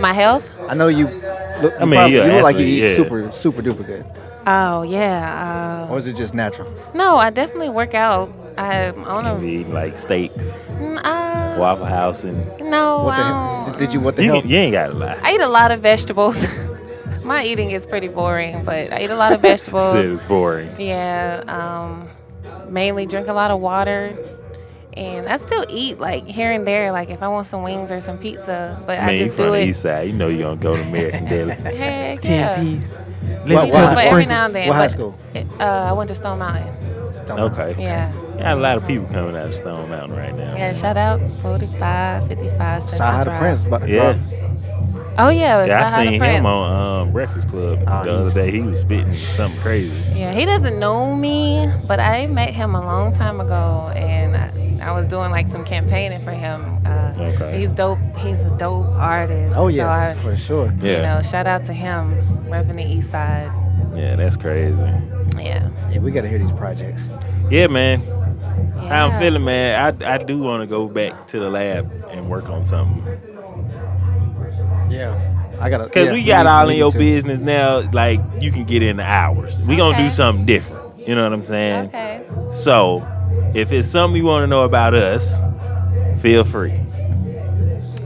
[SPEAKER 4] My health?
[SPEAKER 3] I know you. Look, I
[SPEAKER 2] mean,
[SPEAKER 3] mean, probably,
[SPEAKER 2] you're
[SPEAKER 3] you
[SPEAKER 2] an
[SPEAKER 3] look like you
[SPEAKER 2] athlete,
[SPEAKER 3] eat
[SPEAKER 2] yeah.
[SPEAKER 3] super super duper good,
[SPEAKER 4] Oh, yeah.
[SPEAKER 3] or is it just natural?
[SPEAKER 4] Uh, no, I definitely work out. I'm on
[SPEAKER 3] Oh.
[SPEAKER 2] We
[SPEAKER 4] a.
[SPEAKER 2] eat like steaks,
[SPEAKER 4] Mm, Uh,
[SPEAKER 2] Waffle House, and
[SPEAKER 4] No,
[SPEAKER 3] What the
[SPEAKER 4] I
[SPEAKER 3] hell?
[SPEAKER 4] don't.
[SPEAKER 3] Did you what the
[SPEAKER 2] you,
[SPEAKER 3] hell?
[SPEAKER 2] you ain't gotta lie.
[SPEAKER 4] I eat a lot of vegetables. [laughs] My eating is pretty boring, but I eat a lot
[SPEAKER 3] [laughs]
[SPEAKER 4] of vegetables.
[SPEAKER 2] Shit is boring.
[SPEAKER 4] Yeah, um, mainly drink a lot of water, and I still eat like here and there, like if I want some wings or some pizza. But I,
[SPEAKER 2] I mean, you
[SPEAKER 4] just do
[SPEAKER 2] from the east
[SPEAKER 4] it.
[SPEAKER 2] side, you know you gonna go to American
[SPEAKER 4] [laughs]
[SPEAKER 2] Deli.
[SPEAKER 4] Heck yeah.
[SPEAKER 2] Ten piece.
[SPEAKER 3] What-
[SPEAKER 2] Let
[SPEAKER 3] what
[SPEAKER 2] me
[SPEAKER 4] But
[SPEAKER 3] high-
[SPEAKER 4] every now and then.
[SPEAKER 3] What high
[SPEAKER 4] but,
[SPEAKER 3] school?
[SPEAKER 4] Uh, I went to Stone Mountain.
[SPEAKER 3] Stomach.
[SPEAKER 2] Okay.
[SPEAKER 4] Yeah.
[SPEAKER 2] Got a lot of people coming out of Stone Mountain right now.
[SPEAKER 4] Yeah. Shout out 45, 55, Central
[SPEAKER 3] Saha the
[SPEAKER 4] Drive.
[SPEAKER 3] Prince, about to
[SPEAKER 2] Yeah.
[SPEAKER 3] drop.
[SPEAKER 4] Oh yeah,
[SPEAKER 2] Yeah,
[SPEAKER 4] Saha
[SPEAKER 2] I
[SPEAKER 4] the
[SPEAKER 2] seen
[SPEAKER 4] Prince.
[SPEAKER 2] him on um, Breakfast Club
[SPEAKER 3] Ah,
[SPEAKER 2] the other
[SPEAKER 3] he's-
[SPEAKER 2] day. He was spitting something crazy.
[SPEAKER 4] Yeah, he doesn't know me, but I met him a long time ago, and I, I was doing like some campaigning for him. Uh,
[SPEAKER 2] Okay.
[SPEAKER 4] He's dope. He's a dope artist.
[SPEAKER 3] Oh
[SPEAKER 4] So
[SPEAKER 3] yeah,
[SPEAKER 4] I,
[SPEAKER 3] for sure.
[SPEAKER 4] You know, shout out to him, repping the East Side.
[SPEAKER 2] Yeah, that's crazy.
[SPEAKER 4] Yeah.
[SPEAKER 3] Yeah, we gotta hear these projects.
[SPEAKER 2] Yeah, man.
[SPEAKER 4] yeah.
[SPEAKER 2] How I'm feeling, man. I, I do want to go back to the lab and work on something.
[SPEAKER 3] Yeah, I gotta.
[SPEAKER 2] Cause
[SPEAKER 3] yeah,
[SPEAKER 2] we got
[SPEAKER 3] need-
[SPEAKER 2] all
[SPEAKER 3] we
[SPEAKER 2] in
[SPEAKER 3] need
[SPEAKER 2] your
[SPEAKER 3] to.
[SPEAKER 2] business now. Like you can get in the hours. We gonna do
[SPEAKER 4] Okay.
[SPEAKER 2] something different. You know what I'm saying?
[SPEAKER 4] Okay.
[SPEAKER 2] So, if it's something you want to know about us, feel free.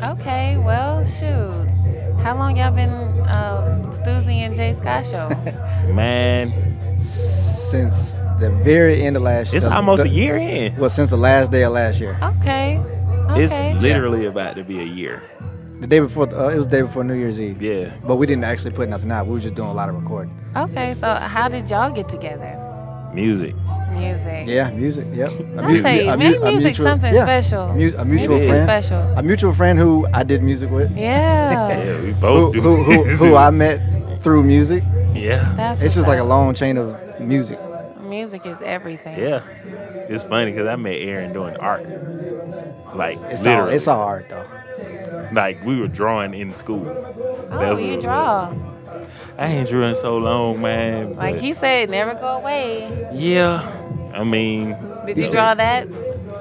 [SPEAKER 4] Okay. Well, shoot. How long y'all been um, Stuzy and Jay Scott show?
[SPEAKER 2] Man,
[SPEAKER 3] since the very end of last year.
[SPEAKER 2] it's
[SPEAKER 3] the-
[SPEAKER 2] almost
[SPEAKER 3] the-
[SPEAKER 2] a year in.
[SPEAKER 3] Well, since the last day of last year,
[SPEAKER 4] Okay. Okay.
[SPEAKER 2] It's literally about to be a year.
[SPEAKER 3] the day before, uh, it was the day before New Year's Eve.
[SPEAKER 2] Yeah.
[SPEAKER 3] But we didn't actually put nothing out. We were just doing a lot of recording.
[SPEAKER 4] okay. So how did y'all get together?
[SPEAKER 2] Music.
[SPEAKER 4] Music.
[SPEAKER 3] Yeah, music. Yep.
[SPEAKER 4] I'll tell you, make music something special.
[SPEAKER 3] A, mu- a mutual
[SPEAKER 4] Music is
[SPEAKER 3] friend.
[SPEAKER 4] special.
[SPEAKER 3] A mutual friend who I did music with.
[SPEAKER 4] Yeah.
[SPEAKER 2] [laughs] Yeah, we
[SPEAKER 3] Who,
[SPEAKER 2] both do.
[SPEAKER 3] who, who, who I met through music.
[SPEAKER 2] [laughs] Yeah.
[SPEAKER 4] That's
[SPEAKER 3] It's
[SPEAKER 4] what's
[SPEAKER 3] just like a
[SPEAKER 4] up.
[SPEAKER 3] long chain of music.
[SPEAKER 4] Music is everything.
[SPEAKER 2] Yeah. It's funny because I met Aaron doing art. Like
[SPEAKER 3] It's
[SPEAKER 2] literally.
[SPEAKER 3] all it's all art though.
[SPEAKER 2] Like we were drawing in school.
[SPEAKER 4] Oh,
[SPEAKER 2] what it
[SPEAKER 4] you
[SPEAKER 2] was.
[SPEAKER 4] draw.
[SPEAKER 2] I ain't drew in so long, man.
[SPEAKER 4] Like
[SPEAKER 2] but
[SPEAKER 4] he said, never go away.
[SPEAKER 2] yeah. I mean,
[SPEAKER 4] Did you draw that?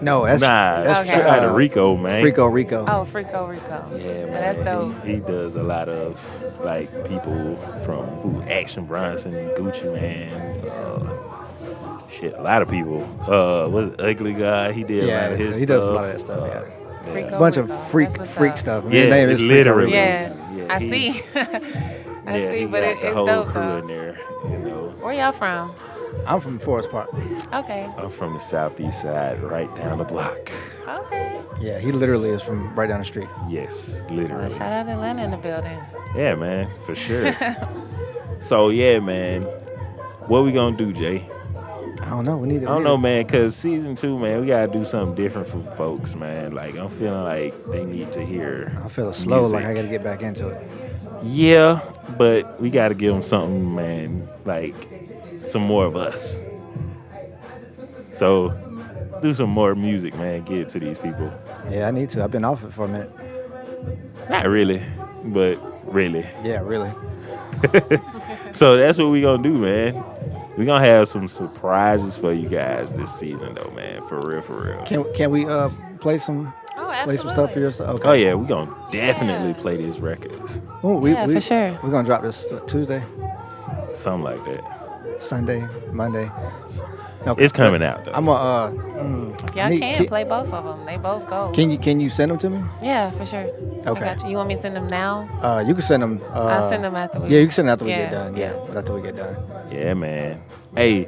[SPEAKER 3] No, that's
[SPEAKER 2] nah.
[SPEAKER 3] that's
[SPEAKER 4] Okay.
[SPEAKER 2] shout out to Rico, man.
[SPEAKER 3] Frico Rico.
[SPEAKER 4] Oh, Frico Rico.
[SPEAKER 2] Yeah, man.
[SPEAKER 4] That's dope.
[SPEAKER 2] He, he does a lot of like people from who Action Bronson, Gucci Man, uh, shit, a lot of people. Uh, was Ugly Guy? He did a lot
[SPEAKER 3] yeah,
[SPEAKER 2] of his
[SPEAKER 3] he
[SPEAKER 2] stuff. Uh,
[SPEAKER 3] does a lot of that stuff. Yeah.
[SPEAKER 4] Frico
[SPEAKER 3] A bunch of
[SPEAKER 4] Rico.
[SPEAKER 3] freak
[SPEAKER 4] That's Oh. what's
[SPEAKER 3] freak
[SPEAKER 4] up.
[SPEAKER 3] stuff.
[SPEAKER 2] Yeah,
[SPEAKER 3] His name
[SPEAKER 2] it
[SPEAKER 3] is Frico
[SPEAKER 2] literally-
[SPEAKER 3] Rico.
[SPEAKER 4] Yeah,
[SPEAKER 2] Yeah,
[SPEAKER 4] I
[SPEAKER 2] he-
[SPEAKER 4] see. [laughs] I
[SPEAKER 2] yeah,
[SPEAKER 4] see,
[SPEAKER 2] he
[SPEAKER 4] but
[SPEAKER 2] got
[SPEAKER 4] it,
[SPEAKER 2] the
[SPEAKER 4] it's
[SPEAKER 2] whole
[SPEAKER 4] dope
[SPEAKER 2] crew in
[SPEAKER 4] though.
[SPEAKER 2] there. You know,
[SPEAKER 4] Where y'all from?
[SPEAKER 3] I'm from Forest Park.
[SPEAKER 4] Okay.
[SPEAKER 2] I'm from the southeast side, right down the block.
[SPEAKER 4] Okay.
[SPEAKER 3] Yeah, he literally is from right down the street.
[SPEAKER 2] Yes,
[SPEAKER 4] Well,
[SPEAKER 2] literally.
[SPEAKER 4] shout out to Lynn in the building.
[SPEAKER 2] Yeah, man, for
[SPEAKER 4] [laughs]
[SPEAKER 2] sure. so yeah, man, what we gonna do, Jay?
[SPEAKER 3] I don't know. We need.
[SPEAKER 2] I don't know, man, because season two, man, we gotta do something different for folks, man. Like I'm feeling like they need to hear.
[SPEAKER 3] I feel slow. Like I
[SPEAKER 2] music.
[SPEAKER 3] got to get back into it.
[SPEAKER 2] Yeah, but we gotta give them something, man. Like some more of us. So let's do some more music, man. Get it to these people.
[SPEAKER 3] Yeah, I need to. I've been off it for a minute.
[SPEAKER 2] Not really, but really.
[SPEAKER 3] Yeah, really.
[SPEAKER 2] So that's what we gonna do, man. We gonna have some surprises for you guys this season, though, man. For real, for real.
[SPEAKER 3] Can can we uh play some
[SPEAKER 4] Oh,
[SPEAKER 3] play
[SPEAKER 4] absolutely.
[SPEAKER 3] some stuff for yourself? Okay.
[SPEAKER 2] Oh yeah, we gonna definitely play these records.
[SPEAKER 3] Ooh, we,
[SPEAKER 4] Yeah,
[SPEAKER 3] we,
[SPEAKER 4] for sure.
[SPEAKER 3] We're gonna drop this uh, Tuesday,
[SPEAKER 2] Something like that.
[SPEAKER 3] Sunday, Monday. Okay.
[SPEAKER 2] It's coming out though.
[SPEAKER 3] I'm gonna. Uh, mm,
[SPEAKER 4] Y'all
[SPEAKER 3] need-
[SPEAKER 4] can play both of them. They both go.
[SPEAKER 3] Can you can you send them to me?
[SPEAKER 4] yeah, for sure. I
[SPEAKER 3] Okay.
[SPEAKER 4] got you. You want me to send them now?
[SPEAKER 3] Uh, you can send them. Uh,
[SPEAKER 4] I'll send them after we.
[SPEAKER 3] Yeah, you can send them after we get
[SPEAKER 4] Yeah,
[SPEAKER 3] done. Yeah, but after we get done.
[SPEAKER 2] Yeah, man. Hey,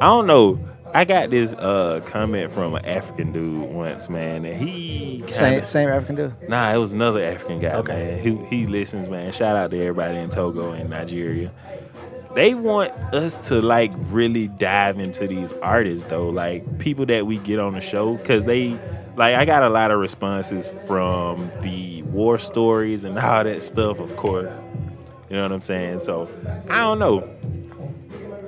[SPEAKER 2] I don't know. I got this uh comment from an African dude once, man, and he
[SPEAKER 3] Same
[SPEAKER 2] kinda,
[SPEAKER 3] same African dude.
[SPEAKER 2] nah, it was another African guy,
[SPEAKER 3] Okay.
[SPEAKER 2] man. He he listens, man. Shout out to everybody in Togo and Nigeria. They want us to like really dive into these artists though, like people that we get on the show, cause they like I got a lot of responses from the war stories and all that stuff, of course. You know what I'm saying? So I don't know.
[SPEAKER 3] Did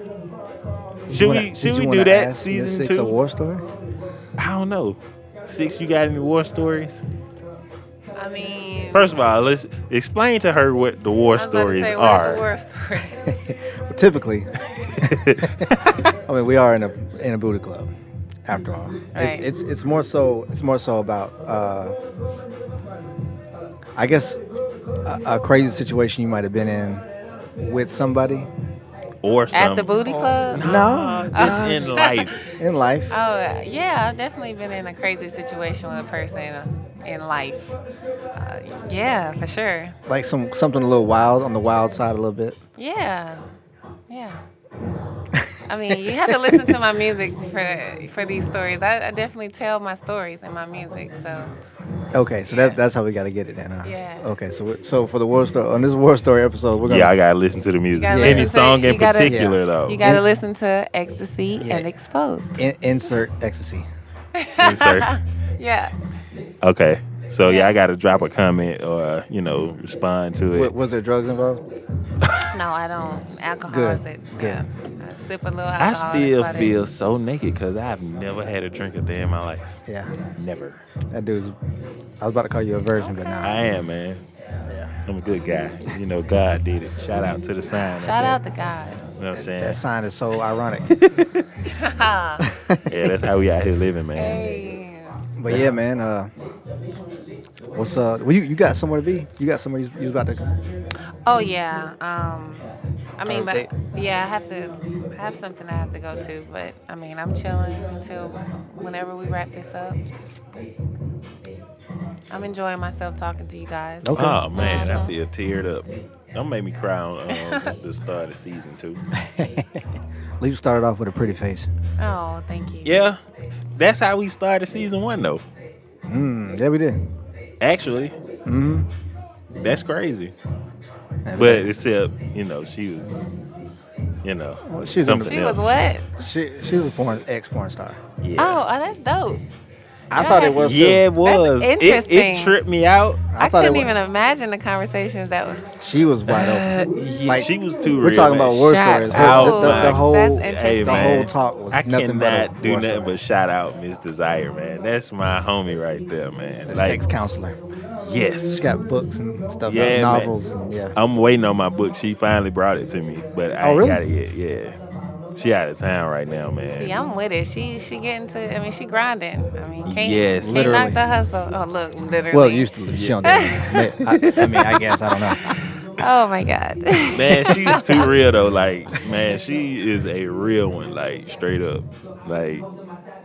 [SPEAKER 2] Should
[SPEAKER 3] you wanna-
[SPEAKER 2] we
[SPEAKER 3] did
[SPEAKER 2] should
[SPEAKER 3] you
[SPEAKER 2] we
[SPEAKER 3] wanna
[SPEAKER 2] do that
[SPEAKER 3] ask Miss
[SPEAKER 2] season
[SPEAKER 3] Six
[SPEAKER 2] two?
[SPEAKER 3] A war story. [laughs]
[SPEAKER 2] I don't know. Six, you got any war stories?
[SPEAKER 4] I mean.
[SPEAKER 2] First of all, let's explain to her what the war
[SPEAKER 4] I was about to
[SPEAKER 2] stories
[SPEAKER 4] say,
[SPEAKER 2] are.
[SPEAKER 4] Where's the
[SPEAKER 2] [laughs]
[SPEAKER 4] war story?
[SPEAKER 3] Well, typically, I mean, we are in a in a booty club. After all,
[SPEAKER 4] Right.
[SPEAKER 3] it's, it's it's more so it's more so about uh, I guess a, a crazy situation you might have been in with somebody
[SPEAKER 2] Or some,
[SPEAKER 4] At the Um, booty club?
[SPEAKER 2] No,
[SPEAKER 4] Uh,
[SPEAKER 3] No.
[SPEAKER 2] just in
[SPEAKER 4] [laughs]
[SPEAKER 2] life.
[SPEAKER 3] in life.
[SPEAKER 4] Oh uh, yeah, I've definitely been in a crazy situation with a person uh, in life. Uh, yeah, for sure.
[SPEAKER 3] like some something a little wild on the wild side a little bit.
[SPEAKER 4] Yeah,
[SPEAKER 2] [laughs]
[SPEAKER 4] yeah. I mean, you have to listen to my music for for these stories. I, I definitely tell my stories in my music. So
[SPEAKER 3] Okay, so
[SPEAKER 4] Yeah.
[SPEAKER 3] that that's how we got to get it in. Huh?
[SPEAKER 4] Yeah.
[SPEAKER 3] Okay, so we- so for the war story on this war story episode, we're gonna
[SPEAKER 2] Yeah, I gotta listen to the music.
[SPEAKER 4] gotta
[SPEAKER 2] Any
[SPEAKER 4] listen to
[SPEAKER 2] song
[SPEAKER 4] it.
[SPEAKER 2] in
[SPEAKER 4] You gotta-
[SPEAKER 2] particular,
[SPEAKER 3] Yeah.
[SPEAKER 2] though.
[SPEAKER 4] you got to
[SPEAKER 3] And-
[SPEAKER 4] listen to Ecstasy and Exposed.
[SPEAKER 3] in, insert ecstasy.
[SPEAKER 2] Insert.
[SPEAKER 4] [laughs] Yeah.
[SPEAKER 2] okay, so yeah, I gotta drop a comment or you know respond to it.
[SPEAKER 3] Wa- was there drugs involved?
[SPEAKER 4] No, I don't. Alcohol
[SPEAKER 3] Good,
[SPEAKER 4] is it.
[SPEAKER 3] good.
[SPEAKER 4] Oh, Yeah. I sip a little
[SPEAKER 2] I
[SPEAKER 4] alcohol. that's
[SPEAKER 2] still
[SPEAKER 4] about it.
[SPEAKER 2] feel so naked because I've never had a drink a day in my life.
[SPEAKER 3] Yeah,
[SPEAKER 2] Never.
[SPEAKER 3] that dude's. I was about to call you a virgin, but nah.
[SPEAKER 2] I am, man.
[SPEAKER 3] Yeah.
[SPEAKER 2] I'm a good guy. You know, God did it. Shout out to the sign.
[SPEAKER 4] Shout out to God.
[SPEAKER 2] You know what I'm saying?
[SPEAKER 3] That sign is so
[SPEAKER 2] [laughs]
[SPEAKER 3] ironic.
[SPEAKER 2] yeah, that's how we out here living, man.
[SPEAKER 4] [laughs] Hey.
[SPEAKER 3] But yeah, man. Uh, what's uh? Well, you, you got somewhere to be. You got somewhere you, you was about to.
[SPEAKER 4] Oh yeah. Um, I mean, but
[SPEAKER 3] they-
[SPEAKER 4] yeah, I have to I have something I have to go to, but I mean, I'm chilling until whenever we wrap this up. I'm enjoying myself talking to you guys.
[SPEAKER 3] Okay.
[SPEAKER 2] Oh man, I feel teared up. Don't make me cry on um, the start of season two.
[SPEAKER 3] At least you started off with a pretty face.
[SPEAKER 4] Oh, thank you.
[SPEAKER 2] Yeah, that's how we started season one, though.
[SPEAKER 3] Mm, yeah, we did.
[SPEAKER 2] Actually, mm-hmm. that's crazy.
[SPEAKER 3] Mm-hmm. Yeah, we
[SPEAKER 2] But
[SPEAKER 3] did.
[SPEAKER 2] except, you know, she was, you know,
[SPEAKER 3] Well, she's in the-
[SPEAKER 2] something
[SPEAKER 4] She
[SPEAKER 2] else.
[SPEAKER 4] was what?
[SPEAKER 3] she she was a porn ex porn star.
[SPEAKER 2] Yeah.
[SPEAKER 4] Oh, oh, that's dope.
[SPEAKER 3] I thought it was. too.
[SPEAKER 2] Yeah, it was. It- It,
[SPEAKER 4] interesting.
[SPEAKER 2] tripped me out.
[SPEAKER 4] I,
[SPEAKER 3] thought it
[SPEAKER 4] couldn't
[SPEAKER 3] was-
[SPEAKER 4] even imagine the conversations that was.
[SPEAKER 3] She was wide open.
[SPEAKER 2] Uh, Yeah,
[SPEAKER 3] Like,
[SPEAKER 2] she was too real.
[SPEAKER 3] We're talking
[SPEAKER 2] man.
[SPEAKER 3] about war
[SPEAKER 4] Shout
[SPEAKER 3] stories.
[SPEAKER 2] out,
[SPEAKER 3] the, the, the
[SPEAKER 2] man.
[SPEAKER 3] whole
[SPEAKER 4] That's interesting.
[SPEAKER 2] Hey,
[SPEAKER 3] the
[SPEAKER 2] man,
[SPEAKER 3] whole talk was
[SPEAKER 2] I
[SPEAKER 3] nothing
[SPEAKER 2] cannot
[SPEAKER 3] but a
[SPEAKER 2] do
[SPEAKER 3] war
[SPEAKER 2] nothing
[SPEAKER 3] story.
[SPEAKER 2] but shout out Miss Desire, man. That's my homie right there, man.
[SPEAKER 3] the
[SPEAKER 2] like,
[SPEAKER 3] sex counselor.
[SPEAKER 2] yes,
[SPEAKER 3] She's got books and stuff,
[SPEAKER 2] Yeah,
[SPEAKER 3] like
[SPEAKER 2] man.
[SPEAKER 3] novels and yeah.
[SPEAKER 2] I'm waiting on my book. She finally brought it to me, but I
[SPEAKER 3] Oh,
[SPEAKER 2] ain't
[SPEAKER 3] really?
[SPEAKER 2] got it yet. Yeah, she out of town right now, man.
[SPEAKER 4] Yeah, I'm with it. She she getting to. I mean, she grinding. I mean, can't
[SPEAKER 2] Yes,
[SPEAKER 4] can't
[SPEAKER 3] literally.
[SPEAKER 4] knock the hustle. Oh, look, literally.
[SPEAKER 3] well, used to. She don't. do it. I, I mean, I guess I don't know.
[SPEAKER 4] Oh my God. [laughs]
[SPEAKER 2] Man, she is too real though. Like, man, she is a real one. Like, straight up. Like,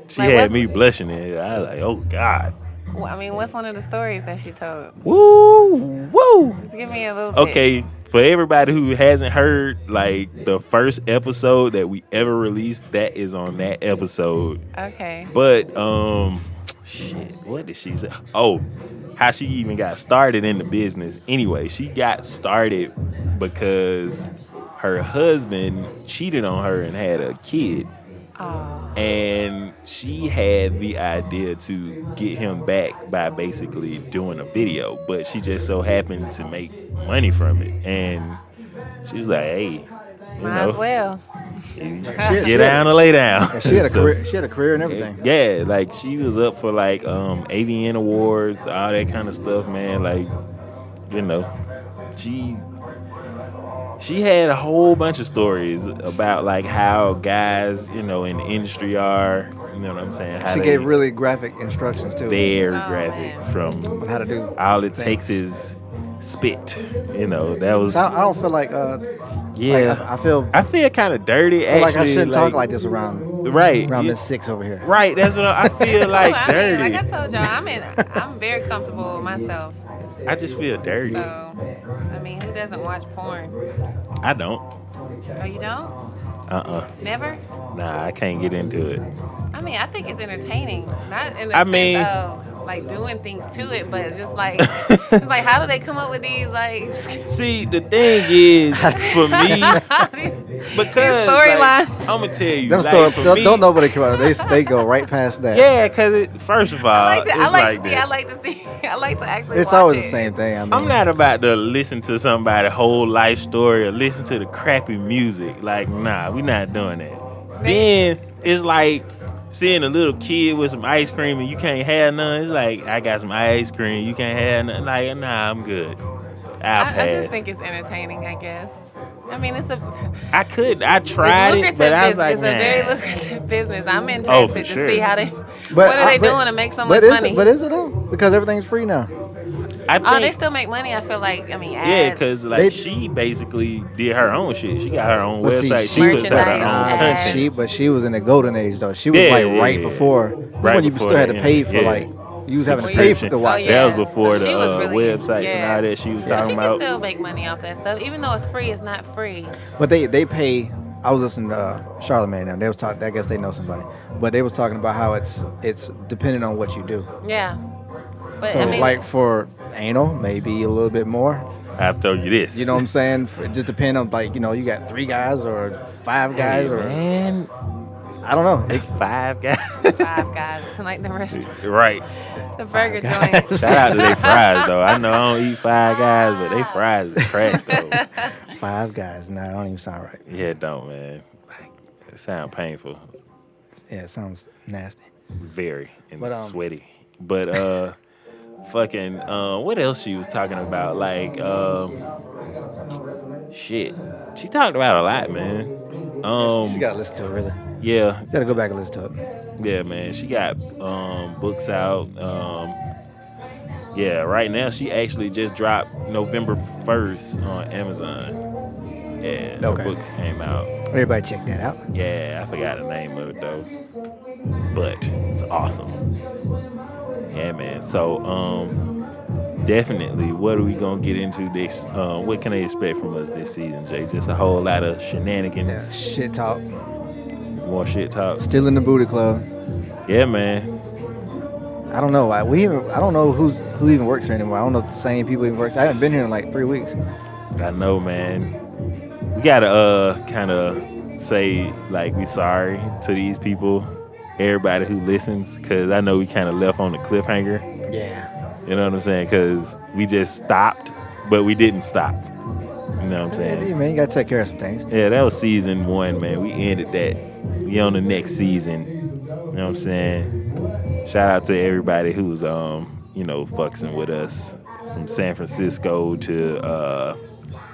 [SPEAKER 2] she
[SPEAKER 4] Like,
[SPEAKER 2] had
[SPEAKER 4] what's-
[SPEAKER 2] me blushing. And I was like, oh God.
[SPEAKER 4] Well, I mean, what's one of the stories that she told?
[SPEAKER 2] Woo, woo.
[SPEAKER 4] Just give me a little. bit.
[SPEAKER 2] Okay, for everybody who hasn't heard, like the first episode that we ever released, that is on that episode.
[SPEAKER 4] Okay.
[SPEAKER 2] But um, shit, what did she say? Oh, how she even got started in the business. Anyway, she got started because her husband cheated on her and had a kid,
[SPEAKER 4] Oh,
[SPEAKER 2] and she had the idea to get him back by basically doing a video. But she just so happened to make money from it, and she was like, "Hey, you
[SPEAKER 4] might
[SPEAKER 2] know,
[SPEAKER 4] as well.
[SPEAKER 2] [laughs] get down or lay down."
[SPEAKER 3] Yeah, she had
[SPEAKER 2] [laughs]
[SPEAKER 3] a
[SPEAKER 2] So-
[SPEAKER 3] career. She had a career and everything.
[SPEAKER 2] yeah, like she was up for like um AVN awards, all that kind of stuff, man. Like, you know, she she had a whole bunch of stories about like how guys, you know, in the industry are. You know what I'm saying? How
[SPEAKER 3] She
[SPEAKER 2] they-
[SPEAKER 3] gave really graphic instructions too.
[SPEAKER 2] very
[SPEAKER 4] Oh,
[SPEAKER 2] graphic
[SPEAKER 4] man.
[SPEAKER 2] from
[SPEAKER 3] on how to do.
[SPEAKER 2] all it
[SPEAKER 3] things.
[SPEAKER 2] takes is spit. You know, that was
[SPEAKER 3] So I, I don't feel like. Uh,
[SPEAKER 2] yeah.
[SPEAKER 3] Like, I, I feel,
[SPEAKER 2] I feel kind of dirty.
[SPEAKER 3] feel
[SPEAKER 2] actually,
[SPEAKER 3] like I shouldn't talk like this around
[SPEAKER 2] Right,
[SPEAKER 3] around
[SPEAKER 2] you-
[SPEAKER 3] this six over here.
[SPEAKER 2] right. That's what
[SPEAKER 4] [laughs]
[SPEAKER 2] I, I feel like
[SPEAKER 4] Well, I
[SPEAKER 2] dirty.
[SPEAKER 4] mean, like I told y'all, I'm in. I'm very comfortable with myself.
[SPEAKER 2] I just feel dirty.
[SPEAKER 4] So, I mean, who doesn't watch porn?
[SPEAKER 2] I don't.
[SPEAKER 4] Oh, you don't?
[SPEAKER 2] Uh-uh.
[SPEAKER 4] Never?
[SPEAKER 2] Nah, I can't get into it.
[SPEAKER 4] I mean, I think it's entertaining. Not in the
[SPEAKER 2] I
[SPEAKER 4] sense
[SPEAKER 2] mean-
[SPEAKER 4] of like doing things to it, but it's
[SPEAKER 2] [laughs]
[SPEAKER 4] just like, it's like, how do they come up with these like [laughs]
[SPEAKER 2] See, the thing is, for me, because
[SPEAKER 4] storylines.
[SPEAKER 2] I'm gonna tell you,
[SPEAKER 3] Them
[SPEAKER 2] like,
[SPEAKER 3] story,
[SPEAKER 2] for
[SPEAKER 3] don't,
[SPEAKER 2] me,
[SPEAKER 3] don't nobody care about it. They, they go right past that.
[SPEAKER 2] Yeah, because it, first of all,
[SPEAKER 4] I like to,
[SPEAKER 2] Uh, it's
[SPEAKER 4] I like, to see.
[SPEAKER 2] this.
[SPEAKER 4] I like to see. [laughs] I like to actually.
[SPEAKER 3] It's
[SPEAKER 4] watch
[SPEAKER 3] always the
[SPEAKER 4] it.
[SPEAKER 3] same thing. I mean,
[SPEAKER 2] I'm not about to listen to somebody's whole life story or listen to the crappy music. Like, nah, we not doing that. Then it's like seeing a little kid with some ice cream and you can't have none. It's like I got some ice cream, you can't have none. Like, nah, I'm good. I'll pass.
[SPEAKER 4] I, I just think it's entertaining. I guess. I mean, it's a
[SPEAKER 2] I could. I
[SPEAKER 4] it's
[SPEAKER 2] tried it,
[SPEAKER 4] lucrative
[SPEAKER 2] but I was
[SPEAKER 4] business.
[SPEAKER 2] like,
[SPEAKER 4] it's a very
[SPEAKER 2] man.
[SPEAKER 4] lucrative business. I'm
[SPEAKER 2] Oh,
[SPEAKER 4] interested
[SPEAKER 2] for
[SPEAKER 4] to
[SPEAKER 2] sure.
[SPEAKER 4] see how they
[SPEAKER 3] But
[SPEAKER 4] what
[SPEAKER 3] I-
[SPEAKER 4] are they
[SPEAKER 3] but-
[SPEAKER 4] doing to make so much
[SPEAKER 3] but is
[SPEAKER 4] money.
[SPEAKER 3] It, but is it though? Because everything's free now.
[SPEAKER 2] I
[SPEAKER 4] oh, they
[SPEAKER 2] think,
[SPEAKER 4] still make money. I feel like I mean, ads,
[SPEAKER 2] yeah, because like
[SPEAKER 3] They-
[SPEAKER 2] she basically did her own shit. She got her own
[SPEAKER 3] But see,
[SPEAKER 2] website.
[SPEAKER 3] she
[SPEAKER 2] she puts out her
[SPEAKER 4] Merchandise
[SPEAKER 2] own
[SPEAKER 4] ads.
[SPEAKER 2] content.
[SPEAKER 3] She, but she was in the golden age though. She was
[SPEAKER 2] Yeah,
[SPEAKER 3] like
[SPEAKER 2] yeah,
[SPEAKER 3] right
[SPEAKER 2] yeah.
[SPEAKER 3] before. That's
[SPEAKER 2] Right
[SPEAKER 3] when you
[SPEAKER 2] before
[SPEAKER 3] still had
[SPEAKER 2] the
[SPEAKER 3] to pay for
[SPEAKER 2] internet,
[SPEAKER 3] like you was having to pay
[SPEAKER 4] Subscription.
[SPEAKER 3] for to watch
[SPEAKER 4] Oh,
[SPEAKER 3] it.
[SPEAKER 4] yeah.
[SPEAKER 2] That was before
[SPEAKER 4] So she
[SPEAKER 2] the
[SPEAKER 4] was
[SPEAKER 2] uh,
[SPEAKER 4] really-
[SPEAKER 2] websites and
[SPEAKER 4] yeah.
[SPEAKER 2] all that she was
[SPEAKER 4] But you
[SPEAKER 2] talking
[SPEAKER 4] can
[SPEAKER 2] about.
[SPEAKER 4] still make money off that stuff, even though it's free. It's not free.
[SPEAKER 3] But they they pay. I was listening to uh, Charlamagne and them. They was talking. I guess they know somebody, but they was talking about how it's it's dependent on what you do.
[SPEAKER 4] Yeah. But
[SPEAKER 3] So
[SPEAKER 4] I mean,
[SPEAKER 3] like for anal, maybe a little bit more.
[SPEAKER 2] I throw you this.
[SPEAKER 3] You know what I'm saying? F- It just depends on like you know you got three guys or five guys
[SPEAKER 2] Hey,
[SPEAKER 3] or
[SPEAKER 2] man,
[SPEAKER 3] I don't know. It-
[SPEAKER 2] five guys.
[SPEAKER 3] [laughs]
[SPEAKER 4] five guys. [laughs] It's like the restaurant,
[SPEAKER 2] right.
[SPEAKER 4] the burger
[SPEAKER 2] [laughs]
[SPEAKER 4] joint.
[SPEAKER 2] Shout out to they fries though. I know I don't eat five guys, but they fries is crack
[SPEAKER 4] [laughs]
[SPEAKER 2] though.
[SPEAKER 3] five guys. Nah, I don't even sound right.
[SPEAKER 2] Yeah, it don't man. Like, it sound painful,
[SPEAKER 3] Yeah, it sounds nasty.
[SPEAKER 2] very and
[SPEAKER 3] But, um,
[SPEAKER 2] sweaty. But uh, [laughs] fucking uh, what else she was talking about? Like um, shit, she talked about a lot, man.
[SPEAKER 3] You
[SPEAKER 2] Um,
[SPEAKER 3] gotta listen to it, really. You
[SPEAKER 2] yeah,
[SPEAKER 3] gotta go back and listen to it.
[SPEAKER 2] yeah, man. She got um, books out. Um, yeah, right now she actually just dropped November first on Amazon. Yeah,
[SPEAKER 3] Okay.
[SPEAKER 2] her book came out.
[SPEAKER 3] Everybody check that out.
[SPEAKER 2] Yeah, I forgot the name of it though, but it's awesome. Yeah, man. So, um, definitely, what are we gonna get into this? Uh, what can they expect from us this season, Jay? Just a whole lot of
[SPEAKER 3] Yeah,
[SPEAKER 2] shenanigans,
[SPEAKER 3] shit talk.
[SPEAKER 2] more shit talks.
[SPEAKER 3] Still in the booty club.
[SPEAKER 2] Yeah, man.
[SPEAKER 3] I don't know. I, we even, I don't know who's who even works here anymore. I don't know if the same people even works. I haven't been here in like three weeks.
[SPEAKER 2] I know, man. We gotta uh kind of say like we sorry to these people, everybody who listens, because I know we kind of left on the cliffhanger.
[SPEAKER 3] Yeah.
[SPEAKER 2] You know what I'm saying? Because we just stopped, but we didn't stop. You know what I'm
[SPEAKER 3] Yeah,
[SPEAKER 2] saying?
[SPEAKER 3] man, you gotta take care of some things.
[SPEAKER 2] Yeah, that was season one, man. We ended that. We on the next season. You know what I'm saying? Shout out to everybody who's um, you know, fucking with us from San Francisco to uh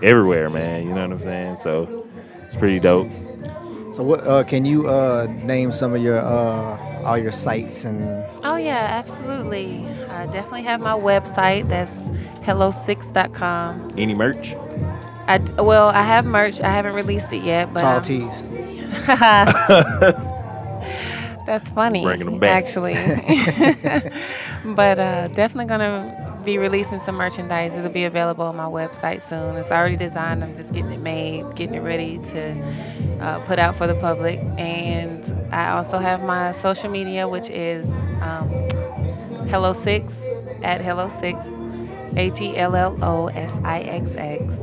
[SPEAKER 2] everywhere, man. You know what I'm saying? So it's pretty dope.
[SPEAKER 3] So what? Uh, can you uh, name some of your uh, all your sites and
[SPEAKER 4] Oh, yeah, absolutely. I definitely have my website. That's hello6.com.
[SPEAKER 2] Any merch?
[SPEAKER 4] I, d- well, I have merch. I haven't released it yet, but um,
[SPEAKER 3] tall
[SPEAKER 4] I'm-
[SPEAKER 3] tees?
[SPEAKER 4] That's funny.
[SPEAKER 2] Bringing 'em back.
[SPEAKER 4] Actually. [laughs] but uh, definitely going to be releasing some merchandise. It'll be available on my website soon. It's already designed. I'm just getting it made, getting it ready to uh, put out for the public. And I also have my social media, which is um, Hello6 at Hello6, H E L L O S I X X.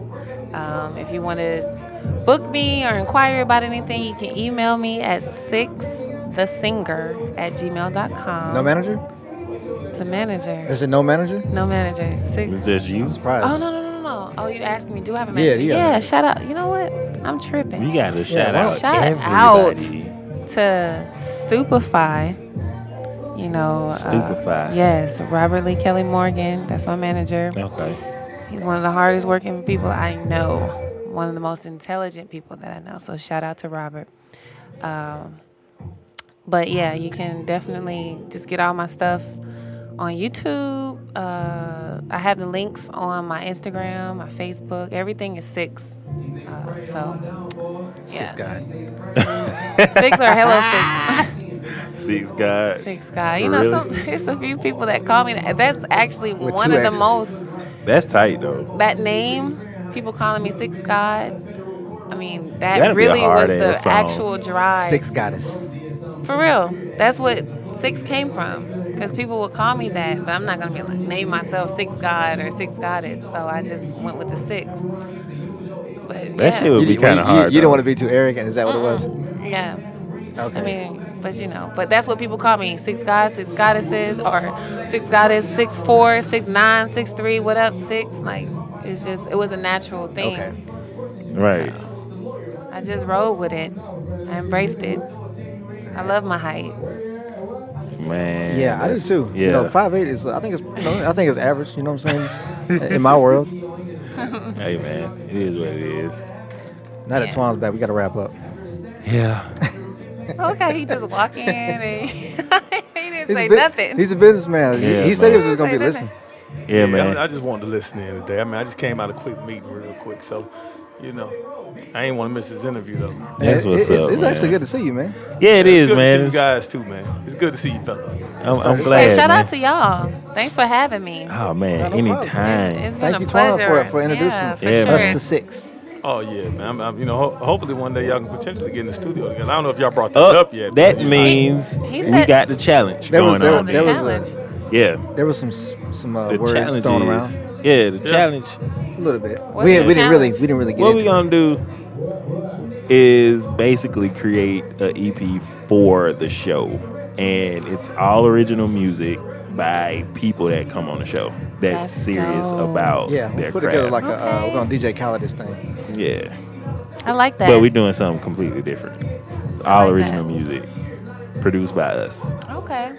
[SPEAKER 4] Um, if you want to book me or inquire about anything, you can email me at 6thesinger at gmail.com.
[SPEAKER 3] No manager?
[SPEAKER 4] The manager.
[SPEAKER 3] Is it no manager?
[SPEAKER 4] No manager. Six.
[SPEAKER 2] It's just you.
[SPEAKER 3] I'm surprised.
[SPEAKER 4] Oh, no, no, no, no. Oh, you asked me, do I have a
[SPEAKER 3] Mm-hmm. Yeah,
[SPEAKER 4] manager?
[SPEAKER 3] you
[SPEAKER 4] Yeah,
[SPEAKER 3] got a manager.
[SPEAKER 4] shout out. You know what? I'm tripping.
[SPEAKER 2] You gotta shout
[SPEAKER 3] why-
[SPEAKER 2] out
[SPEAKER 4] Shout out.
[SPEAKER 2] everybody.
[SPEAKER 4] to stupefy you know uh,
[SPEAKER 2] Stupefy.
[SPEAKER 4] yes robert lee kelly morgan that's my manager
[SPEAKER 2] Okay.
[SPEAKER 4] he's one of the hardest working people i know one of the most intelligent people that i know so shout out to robert um, but yeah you can definitely just get all my stuff on youtube uh, i have the links on my instagram my facebook everything is six uh, so
[SPEAKER 3] Six
[SPEAKER 4] yeah.
[SPEAKER 3] guy.
[SPEAKER 4] six or hello six
[SPEAKER 3] [laughs]
[SPEAKER 2] Six God.
[SPEAKER 4] Six guy. You know,
[SPEAKER 2] Really?
[SPEAKER 4] some, it's a few people that call me. That. That's actually
[SPEAKER 3] With
[SPEAKER 4] one
[SPEAKER 3] two
[SPEAKER 4] of the
[SPEAKER 3] X's.
[SPEAKER 4] most
[SPEAKER 2] That's tight though.
[SPEAKER 4] that name. People calling me Six God. I mean, that
[SPEAKER 2] That'd be a
[SPEAKER 4] really was the
[SPEAKER 2] hard-ass song.
[SPEAKER 4] actual drive.
[SPEAKER 3] Six goddess.
[SPEAKER 4] For real, that's what Six came from. Because people would call me that, but I'm not gonna be like name myself Six God or Six Goddess. So I just went with the six. But
[SPEAKER 2] That
[SPEAKER 4] yeah.
[SPEAKER 2] shit would be
[SPEAKER 3] you,
[SPEAKER 2] kind of hard.
[SPEAKER 3] You, don't
[SPEAKER 2] though.
[SPEAKER 3] want to be too arrogant. Is that what it was?
[SPEAKER 4] yeah.
[SPEAKER 3] Okay.
[SPEAKER 4] Uh-uh. I mean, but you know, but that's what people call me: six gods, six goddesses, or six goddess, six four, six nine, six three. What up, six? Like, it's just it was a natural thing.
[SPEAKER 3] okay.
[SPEAKER 2] right.
[SPEAKER 4] I just rode with it. I embraced it. I love my height.
[SPEAKER 2] Man.
[SPEAKER 3] Yeah, I do
[SPEAKER 2] that's-
[SPEAKER 3] too.
[SPEAKER 2] Yeah.
[SPEAKER 3] You know, five eight is. I think it's. you know, I think it's average. You know what I'm saying? in my world.
[SPEAKER 2] Hey man, it is what it is.
[SPEAKER 3] Now that
[SPEAKER 4] Yeah.
[SPEAKER 3] Twan's back, we gotta wrap up.
[SPEAKER 2] Yeah.
[SPEAKER 4] Okay, he just walk in and [laughs] he didn't
[SPEAKER 3] He's
[SPEAKER 4] say
[SPEAKER 3] a bu-
[SPEAKER 4] nothing.
[SPEAKER 3] He's a businessman. He-
[SPEAKER 2] Yeah,
[SPEAKER 3] he, said he was
[SPEAKER 2] man.
[SPEAKER 3] just gonna be
[SPEAKER 4] Say nothing.
[SPEAKER 3] listening.
[SPEAKER 2] Yeah,
[SPEAKER 5] Yeah,
[SPEAKER 2] man.
[SPEAKER 5] I, I just wanted to listen in today. I mean, I just came out of a quick meeting real quick, so you know, I ain't want to miss this interview though.
[SPEAKER 2] That's
[SPEAKER 3] It-
[SPEAKER 2] what's
[SPEAKER 3] it's,
[SPEAKER 2] up,
[SPEAKER 3] It's actually
[SPEAKER 2] man.
[SPEAKER 3] good to see you, man.
[SPEAKER 2] yeah, it is,
[SPEAKER 5] good
[SPEAKER 2] man.
[SPEAKER 5] To see you
[SPEAKER 2] It's-
[SPEAKER 5] guys too, man. It's good to see you fellas.
[SPEAKER 2] I'm, I'm glad.
[SPEAKER 4] Hey, shout
[SPEAKER 2] man.
[SPEAKER 4] out to y'all. Thanks for having me.
[SPEAKER 2] Oh man,
[SPEAKER 3] No problem.
[SPEAKER 2] anytime.
[SPEAKER 4] It's been
[SPEAKER 3] Thank
[SPEAKER 4] a
[SPEAKER 3] you, Twan,
[SPEAKER 4] pleasure.
[SPEAKER 3] for for introducing
[SPEAKER 4] yeah, for
[SPEAKER 2] Yeah,
[SPEAKER 4] sure.
[SPEAKER 3] us to six.
[SPEAKER 5] Oh yeah, man. I'm, I'm, you know, ho- hopefully one day y'all can potentially get in the studio together. I don't know if y'all brought that
[SPEAKER 2] Up,
[SPEAKER 5] up yet.
[SPEAKER 2] that
[SPEAKER 5] but-
[SPEAKER 2] means
[SPEAKER 4] He
[SPEAKER 2] we
[SPEAKER 4] said-
[SPEAKER 2] got the challenge
[SPEAKER 3] There was
[SPEAKER 2] going
[SPEAKER 3] there,
[SPEAKER 2] on.
[SPEAKER 3] there was
[SPEAKER 4] Challenge.
[SPEAKER 3] a,
[SPEAKER 2] yeah,
[SPEAKER 3] there was some s- some uh,
[SPEAKER 2] the
[SPEAKER 3] words
[SPEAKER 2] challenge
[SPEAKER 3] thrown
[SPEAKER 2] is-
[SPEAKER 3] around
[SPEAKER 2] Yeah, the
[SPEAKER 5] Yeah.
[SPEAKER 2] challenge.
[SPEAKER 3] a little bit. we
[SPEAKER 4] the
[SPEAKER 3] we didn't really we
[SPEAKER 4] challenge?
[SPEAKER 3] didn't really get
[SPEAKER 2] What we
[SPEAKER 3] into.
[SPEAKER 2] gonna do is basically create a EP for the show, and it's all original music by people that come on the show that's,
[SPEAKER 4] That's
[SPEAKER 2] serious
[SPEAKER 4] dope.
[SPEAKER 2] about
[SPEAKER 3] it. Yeah,
[SPEAKER 2] their
[SPEAKER 3] we'll put
[SPEAKER 2] craft.
[SPEAKER 3] together like a uh,
[SPEAKER 4] Okay.
[SPEAKER 3] we're gonna DJ Khaled this thing.
[SPEAKER 2] yeah.
[SPEAKER 4] I like that.
[SPEAKER 2] But we're doing something completely different. It's all
[SPEAKER 4] like
[SPEAKER 2] original
[SPEAKER 4] that.
[SPEAKER 2] music produced by us.
[SPEAKER 4] okay.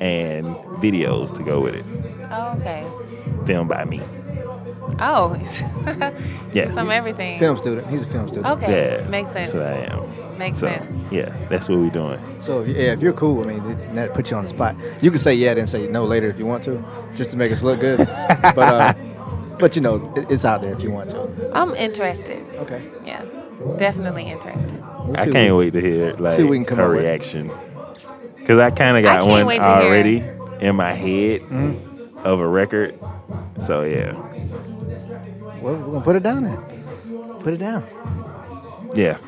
[SPEAKER 2] and videos to go with it.
[SPEAKER 4] Oh, okay.
[SPEAKER 2] Filmed by me.
[SPEAKER 4] Oh, [laughs]
[SPEAKER 2] Yeah.
[SPEAKER 4] some everything.
[SPEAKER 3] Film student. He's a film student.
[SPEAKER 4] Okay,
[SPEAKER 2] Yeah.
[SPEAKER 4] makes sense.
[SPEAKER 2] That's what I am.
[SPEAKER 4] Makes
[SPEAKER 2] so,
[SPEAKER 4] sense.
[SPEAKER 2] Yeah, that's what we're doing.
[SPEAKER 3] So if, yeah, if you're cool, I mean, th- that puts you on the spot. You can say yeah, then say no later if you want to, just to make us
[SPEAKER 2] [laughs]
[SPEAKER 3] look good. but uh, but you know, it, it's out there if you want to.
[SPEAKER 4] I'm interested.
[SPEAKER 3] Okay.
[SPEAKER 4] Yeah, definitely interested.
[SPEAKER 3] We'll
[SPEAKER 2] I
[SPEAKER 3] see
[SPEAKER 2] can't
[SPEAKER 3] what-
[SPEAKER 2] wait to hear like
[SPEAKER 3] see what we can come
[SPEAKER 2] her
[SPEAKER 3] up with.
[SPEAKER 2] reaction. Cause I kind of
[SPEAKER 4] I
[SPEAKER 2] got
[SPEAKER 4] can't
[SPEAKER 2] one
[SPEAKER 4] wait to hear it.
[SPEAKER 2] already in my head
[SPEAKER 3] Mm-hmm.
[SPEAKER 2] of a record. So yeah,
[SPEAKER 3] Well, we're gonna put it down then. Put it down.
[SPEAKER 2] yeah.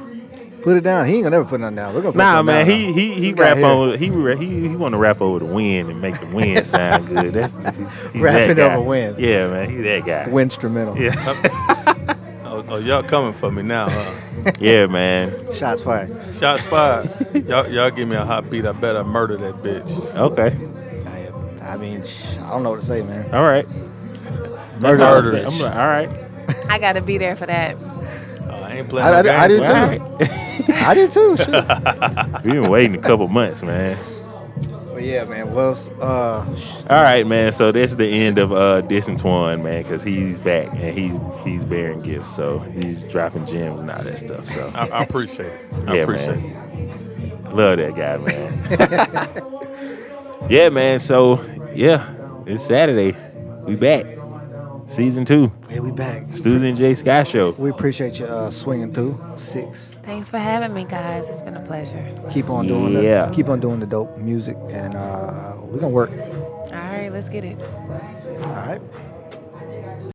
[SPEAKER 3] Put it down. He ain't gonna never put nothing down. We're gonna put
[SPEAKER 2] Nah,
[SPEAKER 3] something
[SPEAKER 2] man,
[SPEAKER 3] down.
[SPEAKER 2] he he he
[SPEAKER 3] He's got
[SPEAKER 2] rap
[SPEAKER 3] hair. [laughs]
[SPEAKER 2] over he ra- he he want to rap over the wind and make the wind sound good. That's he's, he's
[SPEAKER 3] Rapping
[SPEAKER 2] that guy.
[SPEAKER 3] over wind.
[SPEAKER 2] Yeah, man, he that guy.
[SPEAKER 3] Winstrumental.
[SPEAKER 2] Yeah.
[SPEAKER 5] Oh, oh, y'all coming for me now, huh?
[SPEAKER 2] Yeah, man.
[SPEAKER 3] Shots fired.
[SPEAKER 5] Shots fired. y'all, y'all give me a hot beat. I bet I murder that bitch.
[SPEAKER 2] Okay.
[SPEAKER 3] I, I mean, sh- I don't know what to say, man.
[SPEAKER 2] All right.
[SPEAKER 5] Murder.
[SPEAKER 2] Murder. I'm like, all right.
[SPEAKER 4] I gotta be there for that.
[SPEAKER 5] Uh, I ain't playing
[SPEAKER 3] I-
[SPEAKER 5] no
[SPEAKER 3] I- I do
[SPEAKER 5] games with
[SPEAKER 2] All
[SPEAKER 3] too.
[SPEAKER 5] you.
[SPEAKER 2] right.
[SPEAKER 3] I
[SPEAKER 2] [laughs]
[SPEAKER 3] did too. Shoot.
[SPEAKER 2] We've been waiting a couple months, man.
[SPEAKER 3] But yeah, man. Well, s- uh,
[SPEAKER 2] All right, man. So that's the end of uh dissing Twan, man, because he's back and he's he's bearing gifts, so he's dropping gems and all that stuff. So
[SPEAKER 5] I, I appreciate it. I
[SPEAKER 2] Yeah,
[SPEAKER 5] appreciate
[SPEAKER 2] man. love that guy, man. yeah, man. So yeah, it's Saturday. We back. Season two,
[SPEAKER 3] yeah, we back.
[SPEAKER 2] Susan and Jay Sky Show.
[SPEAKER 3] We appreciate you uh, swinging through six.
[SPEAKER 4] Thanks for having me, guys. It's been a pleasure.
[SPEAKER 3] Keep on doing
[SPEAKER 2] Yeah.
[SPEAKER 3] the keep on doing the dope music, and uh, we're gonna work.
[SPEAKER 4] All right, let's get it.
[SPEAKER 3] All right.